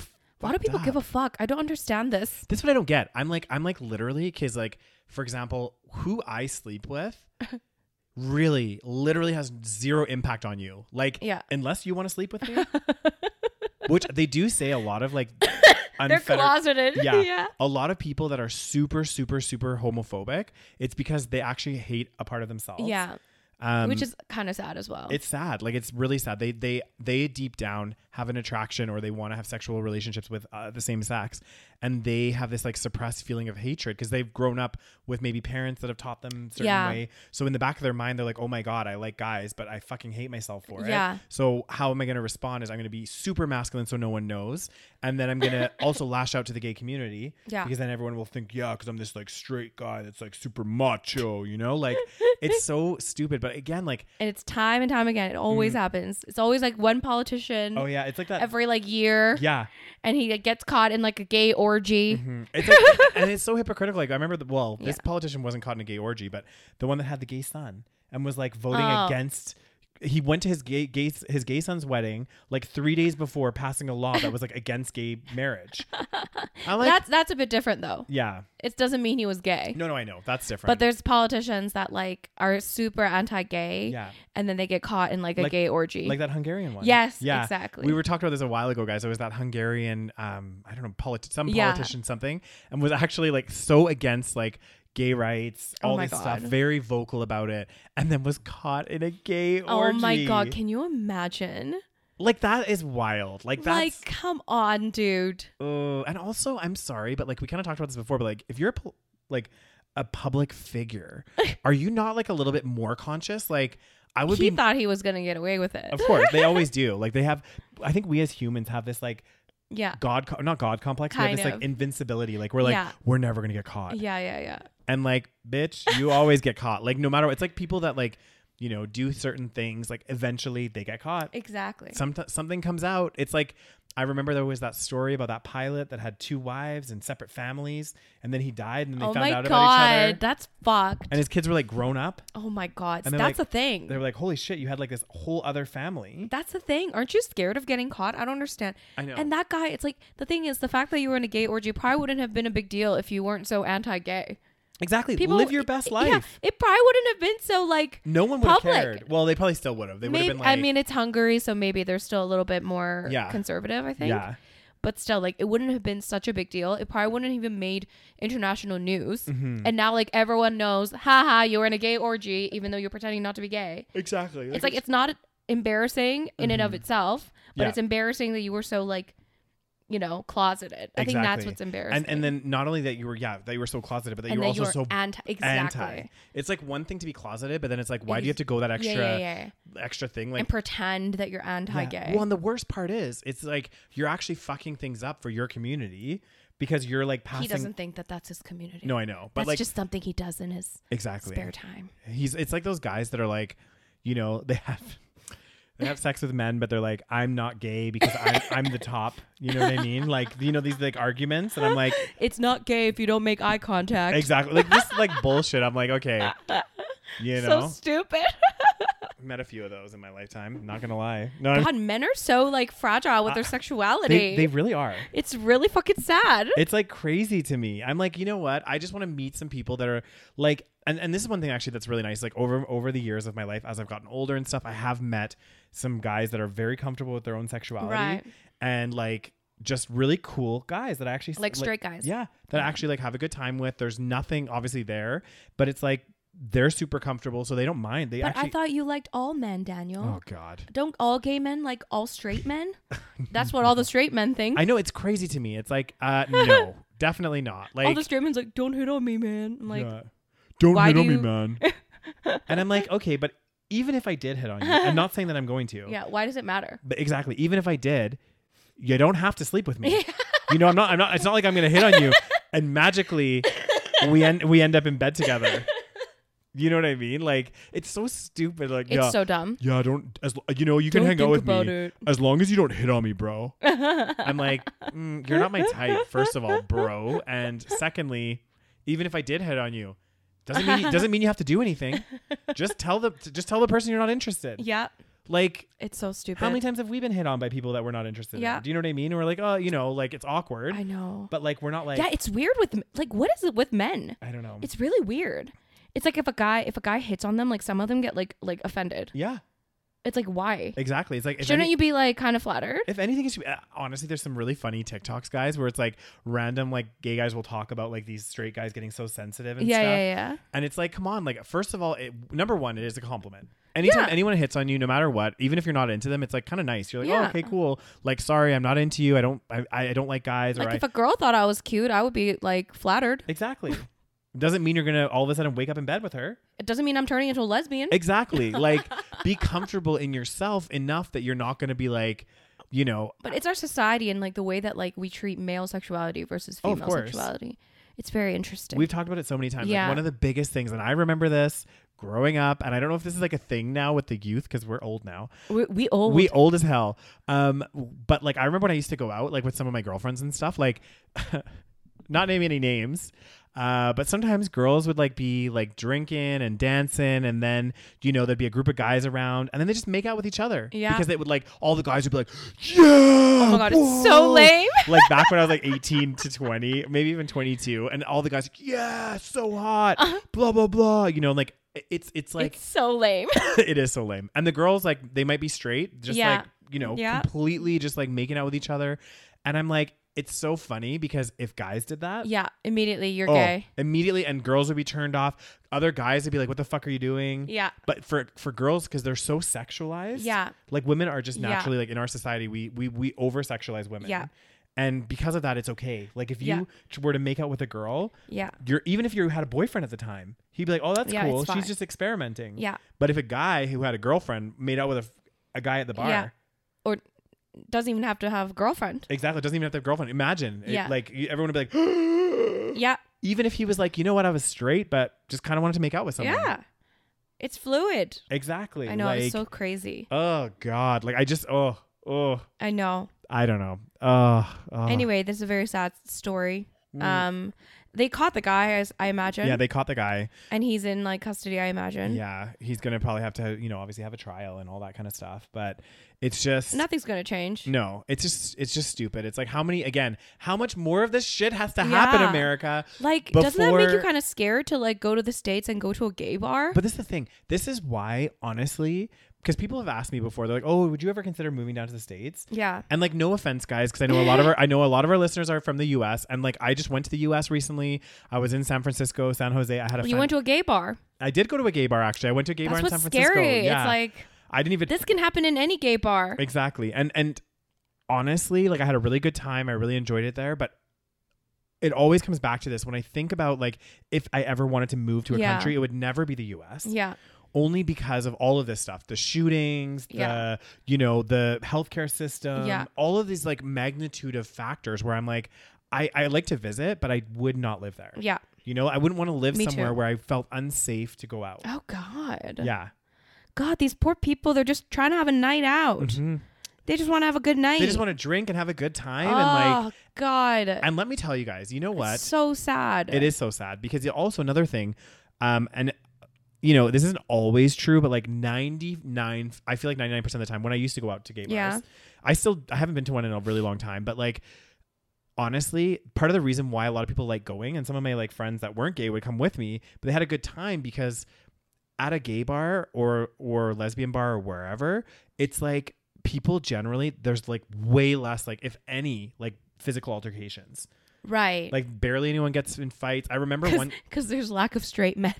S2: a lot of people give
S1: a
S2: a fuck. I don't understand this.
S1: That's what I don't get. I'm like, I'm like literally, cause like, for example, who I sleep
S2: *laughs*
S1: with really literally has zero impact on you. Like,
S2: Yeah.
S1: unless you want to sleep with
S2: *laughs*
S1: me, which they do say a lot of like
S2: They're
S1: unfettered.
S2: closeted. *laughs*
S1: yeah, A lot of people that are super, super, super homophobic, it's because they actually hate a part of themselves.
S2: Yeah.
S1: Um,
S2: Which is kind of sad as well.
S1: it's sad. Like it's really sad. They they they deep down have an attraction or they want to have sexual relationships with uh, the same sex, and they have this like suppressed feeling of hatred because they've grown up with maybe parents that have taught them a certain
S2: Yeah.
S1: way. So in the back of their mind, they're like, "Oh my god, I like guys, but I fucking hate myself for it."
S2: Yeah.
S1: So how am I going to respond? Is I'm going to be super masculine so no one knows, and then I'm going *laughs* to also lash out to the gay community.
S2: Yeah.
S1: Because then everyone will think, yeah, because I'm this like straight guy that's like super macho, you know? *laughs* Like it's so stupid. But again, like
S2: and it's time and time again. It always happens. It's always like one politician
S1: Mm. Oh yeah, it's like that.
S2: every like year
S1: yeah,
S2: and he like, gets caught in like a gay orgy.
S1: Mhm. *laughs* it's like, and it's so hypocritical. Like I remember, the, well, this
S2: Yeah.
S1: politician wasn't caught in a gay orgy, but the one that had the gay son and was like voting
S2: Oh.
S1: against. He went to his gay, gay his gay son's wedding like three days before passing a law that was like against gay
S2: *laughs*
S1: marriage. I'm like,
S2: that's that's a bit different though.
S1: yeah,
S2: It doesn't mean he was gay.
S1: no, no, I know that's different.
S2: But there's politicians that like are super anti-gay,
S1: Yeah.
S2: and then they get caught in like a
S1: Like-
S2: gay orgy.
S1: like that Hungarian one.
S2: Yes, exactly.
S1: We were talking about this a while ago, guys. It was that Hungarian, um, I don't know, politi- some
S2: Yeah.
S1: politician something, and was actually like so against like gay rights,
S2: Oh
S1: all
S2: my
S1: this stuff,
S2: God.
S1: very vocal about it, and then was caught in a gay
S2: oh
S1: orgy.
S2: my god, can you imagine?
S1: Like that is wild. Like that's.
S2: like, come on, dude.
S1: oh, and also, I'm sorry, but like we kind of talked about this before, but like if you're a pol- like a public
S2: *laughs*
S1: figure, are you not like a little bit more conscious? Like I would
S2: he
S1: be
S2: thought he was gonna get away with it.
S1: Of course, they always do. Like they have I think we as humans have this like
S2: yeah.
S1: god co- not god complex, we
S2: Kind
S1: have this
S2: of.
S1: like invincibility. Like we're like
S2: Yeah.
S1: we're never going to get caught.
S2: Yeah, yeah, yeah.
S1: And like bitch, you always get caught. Like no matter what. It's like people that like, you know, do certain things like eventually they get caught
S2: Exactly.
S1: some something comes out. It's like I remember there was that story about that pilot that had two wives and separate families, and then he died, and then they
S2: oh
S1: found
S2: my
S1: out about each
S2: god,
S1: other.
S2: that's fucked.
S1: And his kids were like grown up.
S2: oh my god,
S1: And
S2: that's
S1: they're like-
S2: the thing.
S1: They were like, "Holy shit, you had like this whole other family."
S2: That's the thing. Aren't you scared of getting caught? I don't understand.
S1: I know.
S2: And that guy, it's like the thing is the fact that you were in a gay orgy probably wouldn't have been a big deal if you weren't so anti-gay.
S1: Exactly.
S2: People
S1: Live your best
S2: yeah,
S1: life.
S2: it probably wouldn't have been so like.
S1: No one would have
S2: Public.
S1: cared. Well, they probably still would have. They would have
S2: Maybe,
S1: been like,
S2: I mean, it's Hungary, so maybe they're still a little bit more
S1: Yeah.
S2: conservative, I think.
S1: yeah,
S2: But still, like, it wouldn't have been such a big deal. It probably wouldn't have even made international news.
S1: Mm-hmm.
S2: And now, like, everyone knows, haha, you're in a gay orgy, even though you're pretending not to be gay.
S1: exactly.
S2: it's like it's not embarrassing in and of itself, but
S1: Mm-hmm. Yeah.
S2: it's embarrassing that you were so like, you know, closeted. I think that's
S1: Exactly.
S2: what's embarrassing.
S1: and and then not only that you were yeah that you were so closeted, but that
S2: And
S1: you were
S2: that
S1: also
S2: you were
S1: so
S2: anti exactly.
S1: anti. It's like one thing to be closeted, but then it's like, why do you
S2: Ex-
S1: have to go that
S2: Yeah,
S1: extra
S2: yeah, yeah.
S1: extra thing? Like
S2: and pretend that you're anti
S1: Yeah.
S2: gay.
S1: Well, and the worst part is, it's like you're actually fucking things up for your community because you're like passing.
S2: he doesn't think that that's his community.
S1: No, I know, but
S2: that's
S1: like
S2: just something he does in his
S1: exactly.
S2: spare time.
S1: He's. It's like those guys that are like, you know, they have. They have sex with men, but they're like, "I'm not gay because I'm, I'm the top." You know what I mean? Like, you know these like arguments, and I'm like,
S2: It's not gay if you don't make eye contact.
S1: exactly like this like bullshit. I'm like,
S2: *laughs*
S1: okay, you know,
S2: So stupid.
S1: met a few of those in my lifetime. Not gonna lie, no, *laughs* I'm-
S2: God, men are so like fragile with their
S1: they
S2: sexuality.
S1: they really are.
S2: it's really fucking sad.
S1: It's like crazy to me. I'm like, you know what? I just want to meet some people that are like, and, and this is one thing actually that's really nice. Like over over the years of my life, as I've gotten older and stuff, I have met some guys that are very comfortable with their own sexuality
S2: Right.
S1: and like just really cool guys that I actually
S2: Like straight guys.
S1: Yeah, that I actually like have a good time with. There's nothing obviously there, but it's like they're super comfortable, so they don't mind. They
S2: but
S1: actually.
S2: I thought you liked all men, Daniel.
S1: oh God.
S2: Don't all gay men like all
S1: *laughs*
S2: straight men? That's what all the straight men think.
S1: I know it's crazy to me. It's like, uh,
S2: *laughs*
S1: no, definitely not. Like
S2: all the straight men's like, don't hit on me, man. I'm like,
S1: Yeah. don't
S2: why
S1: hit
S2: do
S1: on me,
S2: you- *laughs*
S1: man. and I'm like, okay, but even if I did hit on you, I'm not saying that I'm going to.
S2: *laughs* yeah. why does it matter?
S1: But exactly, even if I did, you don't have to sleep with me. you know, I'm not. I'm not. It's not like I'm going to hit on
S2: *laughs*
S1: you, and magically, we end we end up in bed together. You know what I mean? Like it's so stupid. Like
S2: It's
S1: yeah,
S2: so dumb.
S1: yeah. Don't as lo- you know you can
S2: Don't
S1: hang out
S2: think
S1: with
S2: about
S1: me
S2: it.
S1: as long as you don't hit on me, bro. I'm like, mm, you're not my type. First of all, bro, and secondly, even if I did hit on you, doesn't mean doesn't mean you have to do anything. Just tell the just tell the person you're not interested.
S2: Yeah,
S1: Like
S2: it's so stupid.
S1: how many times have we been hit on by people that we're not interested
S2: Yeah.
S1: in? Do you know what I mean? We're like, oh, you know, like it's awkward,
S2: I know.
S1: but like we're not like
S2: yeah, it's weird with m- like what is it with men?
S1: I don't know.
S2: It's really weird. It's like if a guy if a guy hits on them, like some of them get like like offended.
S1: yeah,
S2: It's like why?
S1: exactly. It's like if
S2: Shouldn't
S1: any-
S2: you be like kind of flattered?
S1: If anything, it should be, uh, honestly, there's some really funny TikToks, guys, where it's like random, like gay guys will talk about like these straight guys getting so sensitive and
S2: Yeah,
S1: stuff.
S2: yeah, yeah.
S1: And it's like, come on, like first of all, it, number one, it is a compliment. Anytime
S2: Yeah.
S1: anyone hits on you, no matter what, even if you're not into them, it's like kind of nice. You're like,
S2: Yeah.
S1: oh, okay, cool. Like, sorry, I'm not into you. I don't, I, I don't like guys.
S2: Like
S1: or I,
S2: if a girl thought I was cute, I would be like flattered.
S1: *laughs* exactly. Doesn't mean you're gonna all of a sudden wake up in bed with her.
S2: It doesn't mean I'm turning into a lesbian. *laughs*
S1: Exactly. like, be comfortable in yourself enough that you're not gonna be like, you know,
S2: But it's our society and like the way that like we treat male sexuality versus
S1: Oh, of
S2: female
S1: course.
S2: sexuality. It's very interesting.
S1: We've talked about it so many times.
S2: Yeah.
S1: Like one of the biggest things, and I remember this growing up, and I don't know if this is like a thing now with the youth because we're old now.
S2: we, we old.
S1: We old as hell. Um, but like I remember when I used to go out like with some of my girlfriends and stuff. Like, *laughs* not naming any names. Uh, but sometimes girls would like be like drinking and dancing, and then you know there'd be a group of guys around, and then they just make out with each other.
S2: Yeah.
S1: because they would like all the guys would be like, yeah. Oh
S2: my God, it's so lame.
S1: *laughs*
S2: *laughs*
S1: like back when I was like 18 to 20, maybe even 22, and all the guys like, yeah, so hot,
S2: Uh-huh.
S1: blah blah blah. You know, like it's it's like
S2: it's
S1: *laughs*
S2: so lame.
S1: it is so lame. And the girls, like, they might be straight, just
S2: Yeah.
S1: like, you know,
S2: Yeah.
S1: completely just like making out with each other. And I'm like, it's so funny because if guys did that,
S2: yeah, immediately you're
S1: oh,
S2: gay.
S1: immediately, and girls would be turned off. Other guys would be like, what the fuck are you doing?
S2: Yeah.
S1: But for for girls, because they're so sexualized,
S2: Yeah.
S1: like women are just
S2: Yeah.
S1: naturally like in our society, we we we over sexualize women.
S2: Yeah.
S1: And because of that, it's okay. Like if
S2: Yeah.
S1: you t- were to make out with a girl,
S2: Yeah.
S1: you're even if you had a boyfriend at the time, he'd be like, "Oh, that's
S2: Yeah,
S1: cool.
S2: it's
S1: She's
S2: fine."
S1: just experimenting."
S2: Yeah.
S1: But if a guy who had a girlfriend made out with a, f- a guy at the bar,
S2: Yeah. Or doesn't even have to have a
S1: *clears throat*
S2: girlfriend.
S1: exactly, doesn't even have to have a girlfriend. Imagine, It-
S2: Yeah.
S1: like y- everyone would be like, *gasps*
S2: Yeah.
S1: even if he was like, you know what, I was straight, but just kind of wanted to make out with someone.
S2: Yeah. It's fluid.
S1: exactly.
S2: I know.
S1: Like,
S2: it's so crazy.
S1: oh god, like I just, oh, oh,
S2: I know.
S1: I don't know. Oh, oh.
S2: Anyway, this is a very sad story. Um, they caught the guy, as I imagine.
S1: Mm. yeah, they caught the guy.
S2: and he's in like custody, I imagine.
S1: Yeah, he's gonna probably have to, you know, obviously have a trial and all that kind of stuff. But it's just
S2: Nothing's gonna change.
S1: No, it's just it's just stupid. It's like how many again? How much more of this shit has to happen,
S2: Yeah.
S1: America?
S2: Like, doesn't that make you
S1: Before-
S2: kind of scared to like go to the states and go to a gay
S1: *laughs*
S2: bar?
S1: But this is the thing. This is why, honestly, because people have asked me before. They're like, "Oh, would you ever consider moving down to the states?"
S2: yeah.
S1: And like, no offense, guys, because I know a lot of our I know a lot of our listeners are from the U.S. And like, I just went to the U.S. recently. I was in San Francisco, San Jose. I had a.
S2: You went to a gay bar.
S1: I did go to a gay bar actually. I went to a gay
S2: That's
S1: bar in San
S2: what's
S1: Francisco.
S2: scary.
S1: Yeah.
S2: It's like
S1: I didn't even
S2: this can happen in any gay bar.
S1: Exactly. And and honestly, like I had a really good time. I really enjoyed it there, but it always comes back to this when I think about like if I ever wanted to move to a
S2: Yeah.
S1: country, it would never be the US.
S2: Yeah.
S1: Only because of all of this stuff. The shootings, the
S2: Yeah.
S1: you know, the healthcare system,
S2: Yeah.
S1: all of these like magnitude of factors where I'm like, I, I like to visit, but I would not live there.
S2: Yeah.
S1: You know, I wouldn't want to live
S2: Me
S1: somewhere
S2: too.
S1: where I felt unsafe to go out.
S2: Oh God.
S1: Yeah.
S2: God, these poor people, they're just trying to have a night out. They just want to have a good night.
S1: Mm-hmm. They just want to drink and have a good time
S2: oh,
S1: and like
S2: God.
S1: and let me tell you guys, you know what?
S2: so sad.
S1: It is so sad because also another thing, um, and you know this isn't always true, but like ninety nine, I feel like ninety nine percent of the time when I used to go out to gay bars,
S2: Yeah.
S1: I still I haven't been to one in a really long time, but like honestly, part of the reason why a lot of people like going, and some of my like friends that weren't gay would come with me, but they had a good time because at a gay bar or or lesbian bar or wherever, it's like people generally there's like way less like if any like physical altercations
S2: Right.
S1: like barely anyone gets in fights. I
S2: *laughs*
S1: remember one.
S2: Because there's lack of
S1: *laughs*
S2: straight men.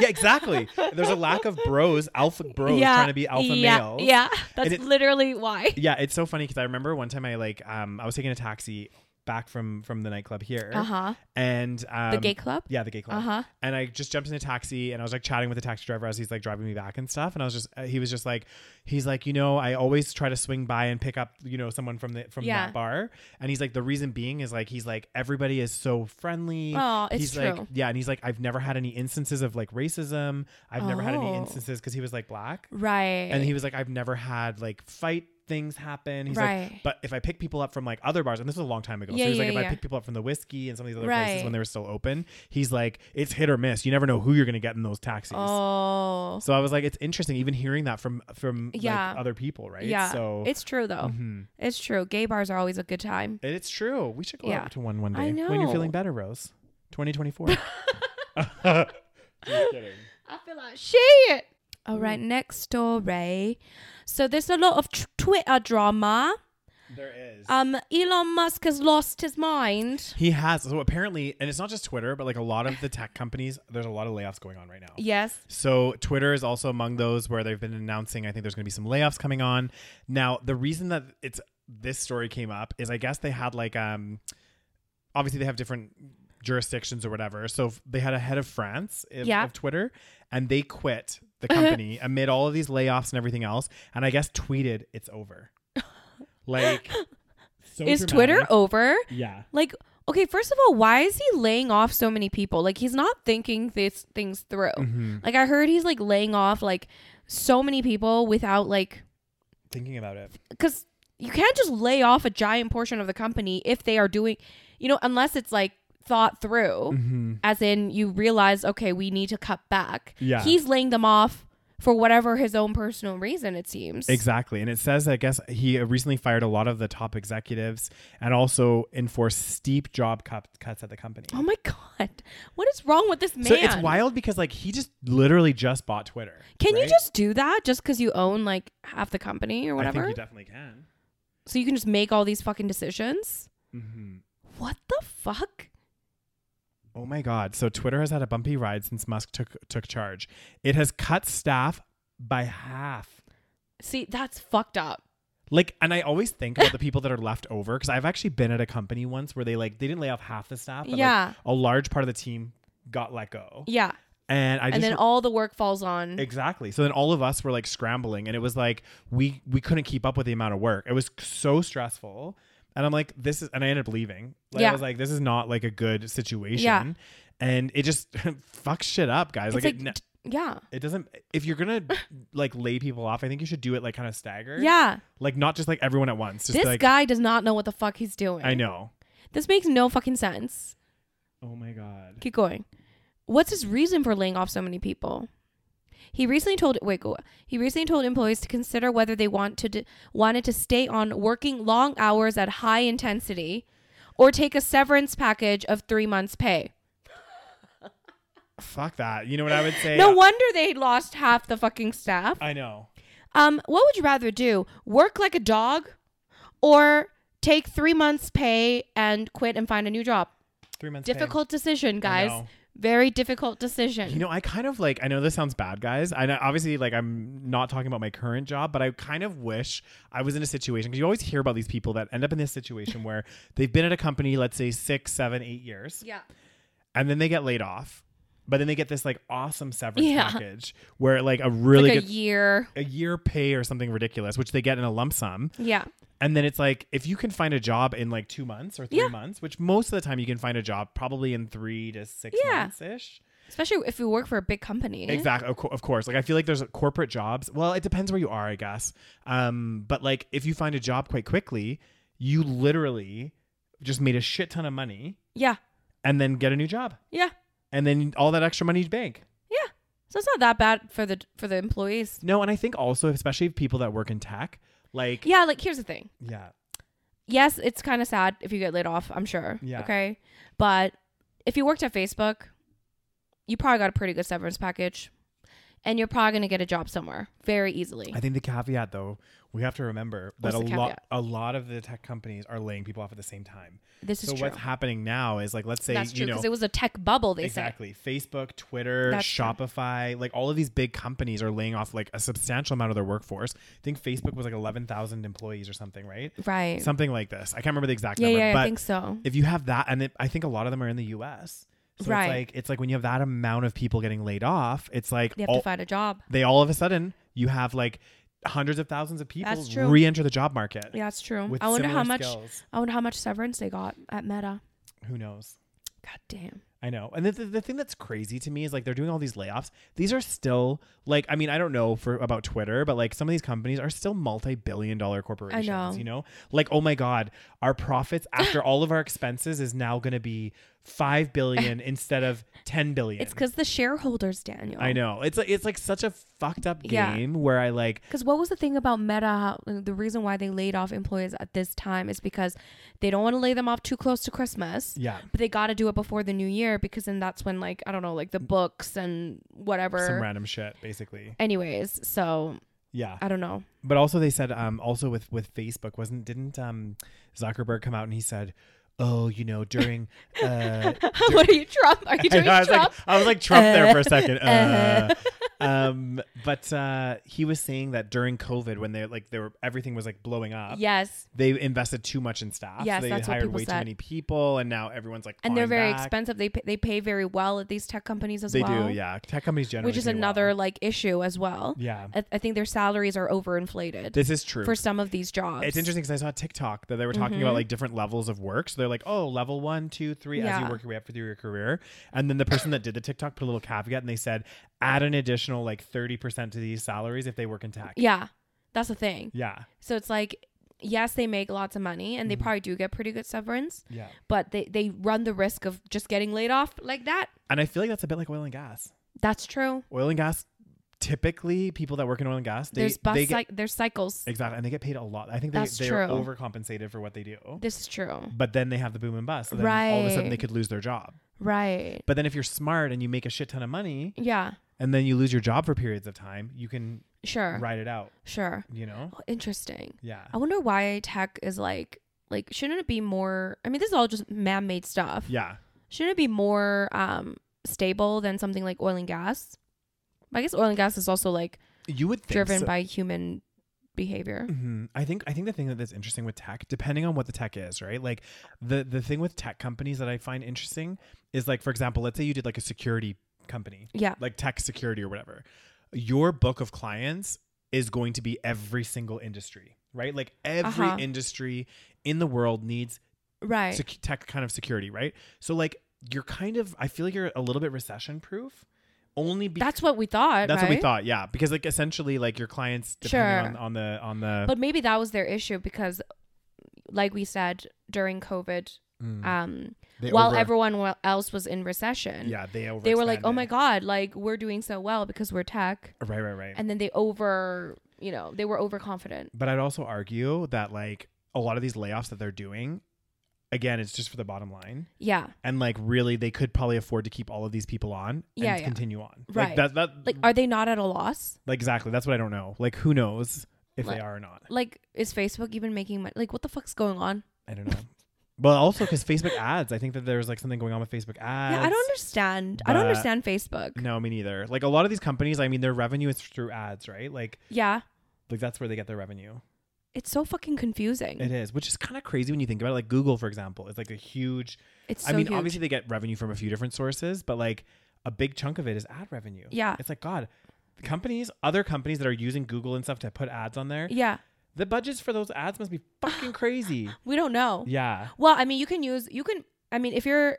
S1: yeah, exactly. There's a lack of bros, alpha bros trying to be alpha
S2: yeah,
S1: males.
S2: Yeah. *laughs* That's
S1: it-
S2: literally why.
S1: *laughs* Yeah, it's so funny because I remember one time I like um I was taking a taxi back from from the nightclub here,
S2: Uh huh.
S1: and um,
S2: The gay club?
S1: Yeah, the gay club.
S2: Uh huh.
S1: And I just jumped in a taxi and I was like chatting with the taxi driver as he's like driving me back and stuff. And I was just, uh, he was just like, he's like, you know, I always try to swing by and pick up, you know, someone from the, from
S2: Yeah.
S1: that bar. And he's like, the reason being is like, he's like, everybody is so friendly.
S2: Aw, it's
S1: he's like,
S2: true.
S1: yeah. And he's like, I've never had any instances of like racism. I've never had any
S2: Oh.
S1: instances because he was like black.
S2: Right.
S1: And he was like, I've never had like fight things happen. He's
S2: Right.
S1: like, but if I pick people up from like other bars, and this was a long time ago,
S2: Yeah,
S1: so he's like,
S2: yeah,
S1: if
S2: yeah.
S1: I pick people up from the whiskey and some of these other
S2: Right.
S1: places when they were still open, he's like, it's hit or miss. You never know who you're gonna get in those taxis.
S2: Oh.
S1: So I was like, it's interesting, even hearing that from from
S2: Yeah.
S1: like other people, right?
S2: Yeah.
S1: So
S2: it's true, though.
S1: Mhm.
S2: It's true. Gay bars are always a good time.
S1: And it's true. We should go
S2: Yeah.
S1: out to one one day
S2: I
S1: when you're
S2: know.
S1: feeling better, Rose.
S2: *laughs*
S1: 2024. *laughs* Just kidding.
S2: I feel like shit. All
S1: Mm.
S2: right, next story. So there's a lot of tr- Twitter drama.
S1: There is.
S2: Um, Elon Musk has lost his mind.
S1: he has so apparently, and it's not just Twitter, but like a lot of the tech companies, there's a lot of layoffs going on right now.
S2: Yes.
S1: So Twitter is also among those where they've been announcing I think there's going to be some layoffs coming on. Now, the reason that it's this story came up is I guess they had like um obviously they have different jurisdictions or whatever. So f- they had a head of France of,
S2: Yeah.
S1: of Twitter and they quit
S2: *laughs*
S1: the company amid all of these layoffs and everything else and I guess tweeted it's
S2: *laughs*
S1: over. Like so
S2: is
S1: dramatic.
S2: Twitter over?
S1: Yeah.
S2: Like, okay, first of all, why is he laying off so many people? Like, he's not thinking these things through.
S1: Mm-hmm.
S2: Like, I heard he's like laying off like so many people without like,
S1: Thinking about it.
S2: because you can't just lay off a giant portion of the company if they are doing, you know, unless it's like thought through.
S1: Mhm.
S2: as in you realize okay we need to cut back
S1: Yeah.
S2: he's laying them off for whatever his own personal reason it seems
S1: Exactly. And it says, I guess he recently fired a lot of the top executives and also enforced steep job cut- cuts at the company.
S2: oh my god what is wrong with this man
S1: so it's wild because, like, he just literally just bought Twitter.
S2: can you
S1: right?
S2: just do that just because you own like half the company or
S1: I
S2: whatever
S1: think you definitely can.
S2: so you can just make all these fucking decisions
S1: Mhm.
S2: what the fuck
S1: Oh my God. So Twitter has had a bumpy ride since Musk took, took charge. It has cut staff by half.
S2: see that's fucked up
S1: Like, and I always think
S2: *laughs*
S1: about the people that are left over because I've actually been at a company once where they like they didn't lay off half the staff, Ah, but like,
S2: Yeah.
S1: a large part of the team got let go,
S2: Yeah.
S1: and I just
S2: And then all the work falls on.
S1: Exactly. So then all of us were like scrambling and it was like we we couldn't keep up with the amount of work. It was so stressful. And I'm like this is and I ended up leaving. Like I
S2: Yeah.
S1: was like this is not like a good situation.
S2: Yeah.
S1: And it just *laughs* fucks shit up, guys.
S2: It's
S1: Like,
S2: like,
S1: it, ne-
S2: d- yeah.
S1: it doesn't if you're
S2: *laughs*
S1: going to like lay people off, I think you should do it like kind of staggered.
S2: Yeah.
S1: Like not just like everyone at once. Just
S2: This
S1: like
S2: guy does not know what the fuck he's doing.
S1: I know.
S2: This makes no fucking sense.
S1: Oh my god.
S2: Keep going. What's his reason for laying off so many people? He recently told wait go. He recently told employees to consider whether they want to d- wanted to stay on working long hours at high intensity, or take a severance package of three months' pay.
S1: Fuck that. You know what I would say?
S2: No wonder they lost half the fucking staff.
S1: I know.
S2: Um, what would you rather do? Work like a dog, or take three months' pay and quit and find a new job?
S1: 3 months pay.
S2: Difficult decision, guys.
S1: know.
S2: Very difficult decision.
S1: You know, I kind of like, I know this sounds bad, guys. I know, obviously, like, I'm not talking about my current job, but I kind of wish I was in a situation because you always hear about these people that end up in this situation
S2: *laughs*
S1: where they've been at a company, let's say six, seven, eight years,
S2: yeah.
S1: and then they get laid off, but then they get this like awesome severance
S2: Yeah.
S1: package where like a really
S2: like a
S1: good.
S2: year.
S1: a year pay or something ridiculous, which they get in a lump sum.
S2: Yeah.
S1: And then it's like, if you can find a job in like two months or three
S2: Yeah.
S1: months, which most of the time you can find a job probably in three to six
S2: Yeah.
S1: months ish.
S2: Especially if you work for a big company.
S1: Exactly. Of, co- of course. Like I feel like there's uh, corporate jobs. Well, it depends where you are, I guess. Um, but like if you find a job quite quickly, you literally just made a shit ton of money
S2: Yeah.
S1: and then get a new job.
S2: Yeah.
S1: And then all that extra money you bank.
S2: Yeah. So it's not that bad for the for the employees.
S1: No, and I think also especially people that work in tech, like yeah,
S2: Yeah, like here's the thing.
S1: yeah,
S2: Yes, it's kind of sad if you get laid off, I'm sure.
S1: Yeah.
S2: Okay. But if you worked at Facebook, you probably got a pretty good severance package. And you're probably gonna get a job somewhere very easily.
S1: I think the caveat though, we have to remember that
S2: What's
S1: a
S2: the
S1: lot
S2: caveat?
S1: a lot of the tech companies are laying people off at the same time.
S2: this is
S1: so
S2: true.
S1: what's happening now is like let's say
S2: That's
S1: you
S2: true
S1: know
S2: because it was a tech bubble. They
S1: exactly facebook twitter
S2: That's true.
S1: shopify like all of these big companies are laying off like a substantial amount of their workforce i think facebook was like 11000 employees or something right
S2: say. Right.
S1: something like this i can't remember the exact
S2: yeah,
S1: number
S2: yeah,
S1: but
S2: I think so.
S1: if you have that and it, i think a lot of them are in the us so
S2: Right.
S1: it's like it's like when you have that amount of people getting laid off it's like
S2: They have
S1: all,
S2: to find a job.
S1: they all of a sudden you have like hundreds of thousands of people
S2: That's true.
S1: re-enter the job market
S2: Yeah, that's true.
S1: with
S2: I wonder
S1: similar
S2: how much
S1: skills.
S2: I wonder how much severance they got at Meta.
S1: who knows
S2: God damn.
S1: I know. And the, the, the thing that's crazy to me is like they're doing all these layoffs. These are still like I mean, I don't know for about Twitter, but like some of these companies are still multi-billion dollar corporations,
S2: know.
S1: you know? Like, oh my god, our profits after all of our expenses is now going to be 5
S2: *laughs*
S1: billion instead of 10 billion.
S2: It's because the shareholders, Daniel.
S1: I know. It's like it's like such a fucked up
S2: Yeah.
S1: game where I like
S2: Because what was the thing about Meta? How, the reason why they laid off employees at this time is because they don't want to lay them off too close to Christmas.
S1: yeah,
S2: But they got to do it before the new year because then that's when, like, I don't know, like the books and
S1: some
S2: whatever.
S1: random shit basically.
S2: Anyways, so
S1: Yeah.
S2: I don't know. *laughs*
S1: but also they said um also with with facebook wasn't didn't um zuckerberg come out and he said oh you know during uh *laughs*
S2: what are you, Trump? Are you
S1: I,
S2: doing
S1: know, I was
S2: Trump?
S1: like i was like trump there for a second uh,
S2: Uh. *laughs*
S1: um but uh he was saying that during covid when they like they were everything was like blowing up
S2: yes.
S1: they invested too much in staff
S2: Yes,
S1: they
S2: that's what
S1: hired
S2: people
S1: way too
S2: said.
S1: many people and now everyone's like
S2: And they're
S1: clawing
S2: very
S1: back.
S2: expensive. They, pay, they pay very well at these tech companies as
S1: they
S2: well.
S1: do yeah tech companies generally
S2: Which is
S1: pay well.
S2: another, like, issue as well.
S1: yeah
S2: I, I think their salaries are overinflated
S1: this is true
S2: for some of these jobs.
S1: It's interesting because I saw TikTok that they were talking about like different levels of work. So they're like, oh, level one, two, three, as you
S2: Yeah.
S1: work your way up through your career. And then the person that did the TikTok put a little caveat and they said, add an additional like 30% to these salaries if they work in tech.
S2: Yeah, that's the thing.
S1: Yeah.
S2: So it's like, yes, they make lots of money
S1: Mm.
S2: and they probably do get pretty good severance,
S1: Yeah.
S2: but they, they run the risk of just getting laid off like that.
S1: And I feel like that's a bit like oil and gas.
S2: That's true.
S1: Oil and gas, typically, people that work in oil and gas, they,
S2: there's bus
S1: they get.
S2: cy- there's cycles.
S1: Exactly, and they get paid a lot. I think they,
S2: That's
S1: they're
S2: true.
S1: overcompensated for what they do,
S2: This is true.
S1: but then they have the boom and bust. So then all of a sudden,
S2: Right.
S1: they could lose their job.
S2: Right.
S1: But then, if you're smart and you make a shit ton of money,
S2: Yeah.
S1: and then you lose your job for periods of time, you can
S2: Sure. Oh.
S1: ride it out.
S2: Sure.
S1: you know
S2: Oh, interesting.
S1: yeah
S2: I wonder why tech is like like shouldn't it be more I mean this is all just man-made stuff.
S1: yeah
S2: Shouldn't it be more um stable than something like oil and gas? I guess oil and gas is also like
S1: you would think
S2: driven
S1: so.
S2: by human behavior.
S1: Mhm. I think I think the thing that that's interesting with tech, depending on what the tech is, right? Like the the thing with tech companies that I find interesting is like, for example, let's say you did like a security company,
S2: Yeah.
S1: like tech security or whatever. Your book of clients is going to be every single industry, right? Like every
S2: Uh-huh.
S1: industry in the world needs
S2: Right.
S1: sec- tech kind of security, right? So like you're kind of I feel like you're a little bit recession proof, only because.
S2: that's what we thought.
S1: That's what we
S2: right?
S1: thought, yeah. Because like essentially, like your clients, depending
S2: Sure.
S1: on, on the on the
S2: But maybe that was their issue because, like we said during COVID,
S1: Mm.
S2: um,
S1: They
S2: while
S1: over-
S2: everyone wa- else was in recession,
S1: yeah, they over
S2: they were like, "Oh my god, like we're doing so well because we're tech,"
S1: right, right, right.
S2: and then they over, you know, they were overconfident.
S1: but I'd also argue that like a lot of these layoffs that they're doing, again, it's just for the bottom line,
S2: Yeah.
S1: and like really, they could probably afford to keep all of these people on
S2: Yeah,
S1: and
S2: yeah.
S1: continue on.
S2: Right.
S1: Like that, that like,
S2: Like, are they not at a loss?
S1: exactly. That's what I don't know. Like who knows if
S2: Like-
S1: they are or not.
S2: Like, is Facebook even making money? Like, what the fuck's going on?
S1: I don't know. But also because Facebook ads, I think that there's like something going on with Facebook ads.
S2: yeah, I don't understand. I don't
S1: but-
S2: understand Facebook.
S1: No, me neither. Like a lot of these companies, I mean, their revenue is through ads, right? Like,
S2: Yeah,
S1: like that's where they get their revenue.
S2: it's so fucking confusing.
S1: It is, which is kind of crazy when you think about it. Like Google, for example, is like a huge.
S2: it's so
S1: I mean,
S2: huge.
S1: obviously they get revenue from a few different sources, but like a big chunk of it is ad revenue.
S2: Yeah.
S1: it's like God, the companies, other companies that are using Google and stuff to put ads on there,
S2: yeah,
S1: the budgets for those ads must be fucking
S2: *sighs*
S1: crazy.
S2: we don't know.
S1: yeah,
S2: Well, I mean, you can use you can. I mean, if you're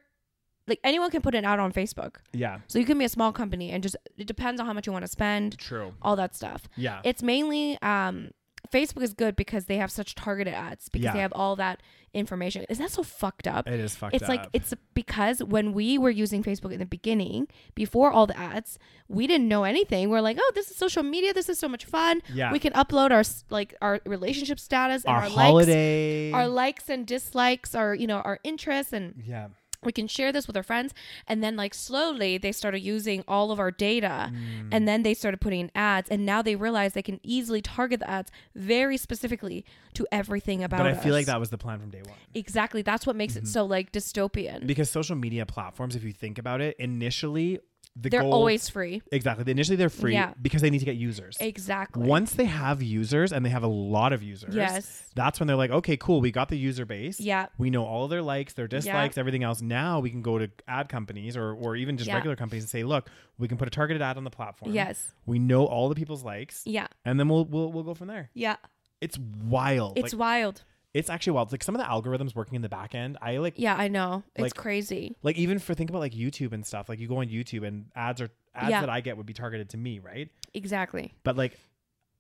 S2: like anyone can put an ad on Facebook,
S1: yeah,
S2: so you can be a small company and just it depends on how much you want to spend,
S1: true.
S2: all that stuff.
S1: Yeah,
S2: It's mainly um, Facebook is good because they have such targeted ads because
S1: Yeah.
S2: they have all that information. Is that so fucked up?
S1: it is fucked
S2: it's
S1: up.
S2: like it's because when we were using Facebook in the beginning, before all the ads, we didn't know anything. We're like, oh, this is social media. This is so much fun.
S1: yeah,
S2: We can upload our s- like our relationship status and
S1: our,
S2: our, likes,
S1: holiday.
S2: our likes and dislikes, our you know our interests, and
S1: yeah,
S2: we can share this with our friends. And then like slowly, they started using all of our data,
S1: Mm.
S2: and then they started putting in ads. And now they realize they can easily target the ads very specifically to everything about.
S1: but I feel like
S2: us.
S1: that was the plan from day one.
S2: exactly that's what makes it so like dystopian.
S1: Because social media platforms, if you think about it, initially the
S2: They're
S1: goal,
S2: always free.
S1: exactly initially they're free
S2: Yeah.
S1: because they need to get users.
S2: Exactly.
S1: Once they have users and they have a lot of users,
S2: Yes.
S1: that's when they're like, okay, cool, we got the user base.
S2: Yeah.
S1: We know all their likes, their dislikes, everything else. Now we can go to ad companies or, or even just
S2: Yeah.
S1: regular companies and say, look, we can put a targeted ad on the platform.
S2: Yes.
S1: We know all the people's likes.
S2: Yeah.
S1: And then we'll, we'll we'll go from there.
S2: Yeah.
S1: It's wild.
S2: It's
S1: like,
S2: wild.
S1: it's actually wild. Like some of the algorithms working in the back end, I like
S2: Yeah, I know. It's
S1: Like-
S2: crazy.
S1: like even for think about like YouTube and stuff. Like you go on YouTube and ads are ads
S2: Yeah.
S1: that I get would be targeted to me, right?
S2: Exactly.
S1: But like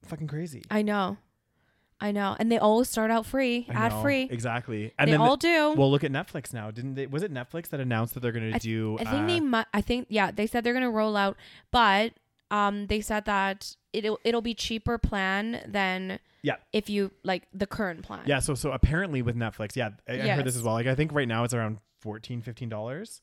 S1: fucking crazy.
S2: I know. I know. And they always start out free,
S1: I
S2: ad
S1: know.
S2: free.
S1: Exactly. And
S2: they
S1: then the-
S2: all do.
S1: Well, look at Netflix now. Didn't they? Was it Netflix that announced that they're going to
S2: th-
S1: do?
S2: I think
S1: uh,
S2: they mu- I think yeah, they said they're going to roll out, but um they said that it'll it'll be cheaper plan than
S1: Yeah.
S2: if you like the current plan.
S1: Yeah. So so apparently with Netflix, yeah, I, I heard
S2: Yes.
S1: this as well. Like I think right now it's around 14 dollars.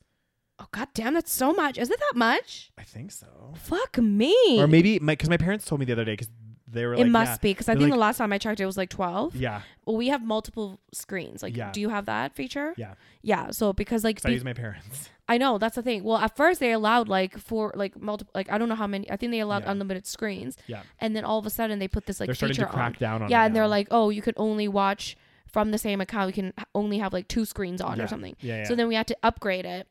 S2: Oh god damn, that's so much. Is it that much?
S1: I think so.
S2: Fuck me.
S1: Or maybe my because my parents told me the other day because they were
S2: it
S1: like,
S2: must
S1: yeah,
S2: be because I
S1: They're
S2: think
S1: like-
S2: the last time I checked it was like 12.
S1: Yeah,
S2: Well, we have multiple screens. Like,
S1: Yeah.
S2: do you have that feature?
S1: yeah.
S2: Yeah. So because like
S1: So I
S2: be-
S1: use my parents.
S2: I know that's the thing. Well, at first they allowed like four, like multiple, like I don't know how many. I think they allowed
S1: Yeah.
S2: unlimited screens,
S1: Yeah,
S2: and then all of a sudden they put this like
S1: they're starting to
S2: feature
S1: crack
S2: on.
S1: down on.
S2: yeah,
S1: it
S2: and they're
S1: now.
S2: like, oh, you can only watch from the same account. You can h- only have like two screens on
S1: Yeah.
S2: or something.
S1: Yeah, yeah.
S2: So then we had to upgrade it.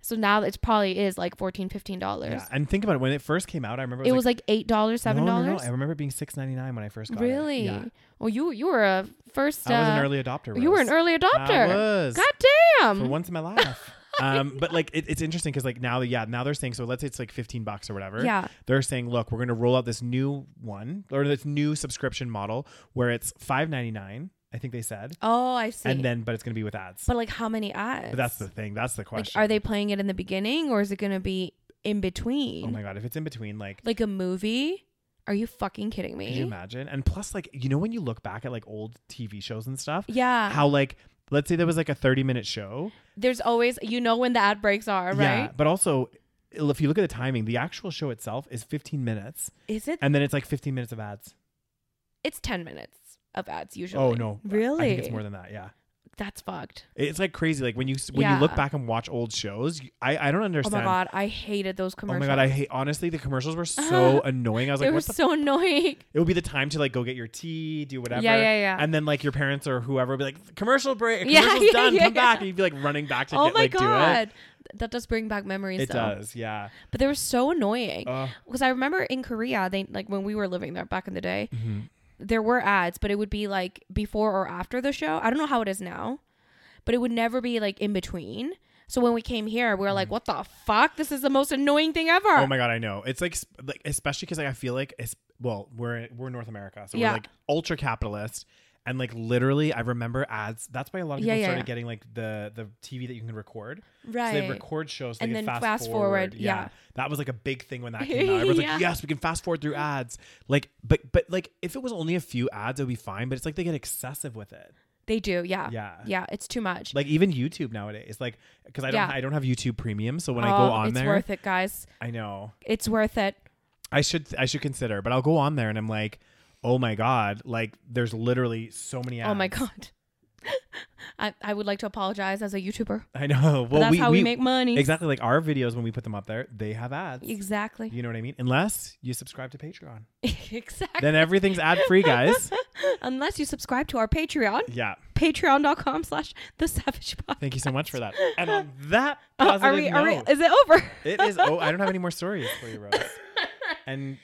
S2: So now it's probably is like 14 dollars.
S1: yeah. And think about it. When it first came out, I remember
S2: it was like eight dollars,
S1: like,
S2: seven
S1: no,
S2: dollars.
S1: no, no. I remember it being six ninety nine when I first got it.
S2: really?
S1: Yeah.
S2: Well, you you were a first.
S1: I was an
S2: uh,
S1: early adopter.
S2: you were an
S1: Rose.
S2: early adopter.
S1: I was.
S2: God damn.
S1: for
S2: *laughs*
S1: once in my life. Um, but like it, it's interesting because like now, yeah, now they're saying so. Let's say it's like fifteen bucks or whatever.
S2: Yeah.
S1: they're saying, look, we're going to roll out this new one or this new subscription model where it's five ninety nine. I think they said,
S2: Oh, I see.
S1: and then but it's going to be with ads. But,
S2: but like, how many ads?
S1: that's the thing. That's the
S2: like,
S1: question.
S2: are they playing it in the beginning or is it going to be in between?
S1: Oh my god! If it's in between, like,
S2: like a movie? Are you fucking kidding
S1: can you
S2: me?
S1: imagine? And plus, like, you know, when you look back at like old TV shows and stuff,
S2: Yeah,
S1: how like. Let's say there was like a 30 minute show.
S2: there's always you know when the ad breaks are, right?
S1: But also, if you look at the timing, the actual show itself is 15 minutes
S2: Is it?
S1: and then it's like 15 minutes of ads.
S2: It's ten minutes of ads usually.
S1: Oh no! I-
S2: really?
S1: I think it's more than that. Yeah.
S2: that's fucked. Oh
S1: It's like crazy. Like when you when you
S2: Yeah.
S1: look back and watch old shows, you- I I don't
S2: Oh my
S1: understand.
S2: god, I hated those
S1: Oh
S2: commercials. Uh-huh.
S1: my god, I hate honestly the commercials were so annoying. I was
S2: they
S1: like,
S2: were
S1: what the
S2: so annoying.
S1: it would be the time to like go get your tea, do whatever.
S2: Yeah, yeah, yeah.
S1: And then like your parents or whoever would be like, commercial break,
S2: Yeah,
S1: commercial's
S2: yeah,
S1: done,
S2: yeah,
S1: come back.
S2: yeah.
S1: And you'd be like running back *laughs* to
S2: Oh
S1: get
S2: my
S1: like do it.
S2: god, Th- that does bring back memories.
S1: It
S2: though.
S1: does, Uh. yeah.
S2: but they were so annoying.
S1: Ugh.
S2: because I remember in Korea, they like when we were living there back in the day,
S1: Mm-hmm.
S2: there were ads, but it would be like before or after the show. I don't know how it is now, but it would never be like in between. So when we came here, we were
S1: Mm.
S2: like, "What the fuck? This is the most annoying thing ever."
S1: Oh my god, I know. It's like, sp- like especially because like, I feel like it's well, we're we're North America, so
S2: Yeah.
S1: we're like ultra capitalist, and like literally, I remember ads. That's why a lot of
S2: Yeah,
S1: people
S2: yeah,
S1: started
S2: yeah.
S1: getting like the the TV that you can record.
S2: right.
S1: So they record shows so
S2: And
S1: they could
S2: then
S1: fast,
S2: fast
S1: forward.
S2: forward,
S1: Yeah.
S2: yeah.
S1: that was like a big thing when that came
S2: *laughs*
S1: out. Everyone's
S2: Yeah.
S1: like, "Yes, we can fast forward through ads." Like, but but like if it was only a few ads, it would be fine. But it's like they get excessive with it.
S2: they do, yeah.
S1: Yeah.
S2: Yeah, it's too much.
S1: Like even YouTube nowadays, like because I don't
S2: Yeah.
S1: I don't have YouTube Premium, so when
S2: oh,
S1: I go on
S2: it's
S1: there,
S2: worth it, guys.
S1: I know
S2: It's worth it.
S1: I should I should consider, but I'll go on there and I'm like, oh my god, like there's literally so many ads.
S2: Oh my god. *laughs* I, I would like to apologize as a YouTuber.
S1: *laughs* I know.
S2: But
S1: Well,
S2: that's
S1: we,
S2: how we, make money.
S1: exactly like our videos when we put them up there, they have ads.
S2: Exactly.
S1: You know what I mean? Unless you subscribe to
S2: *laughs*
S1: Patreon.
S2: exactly.
S1: then everything's ad free, guys.
S2: Unless you subscribe to our Patreon.
S1: *laughs* Yeah.
S2: patreon.com slash the savage
S1: *laughs*
S2: podcast.
S1: Thank you so much for
S2: *laughs*
S1: that. And on that
S2: Uh,
S1: positive
S2: *laughs* are we, are we,
S1: note,
S2: is it
S1: *laughs*
S2: over?
S1: it is. Oh, I don't have any
S2: *laughs*
S1: more stories for you, Rose. And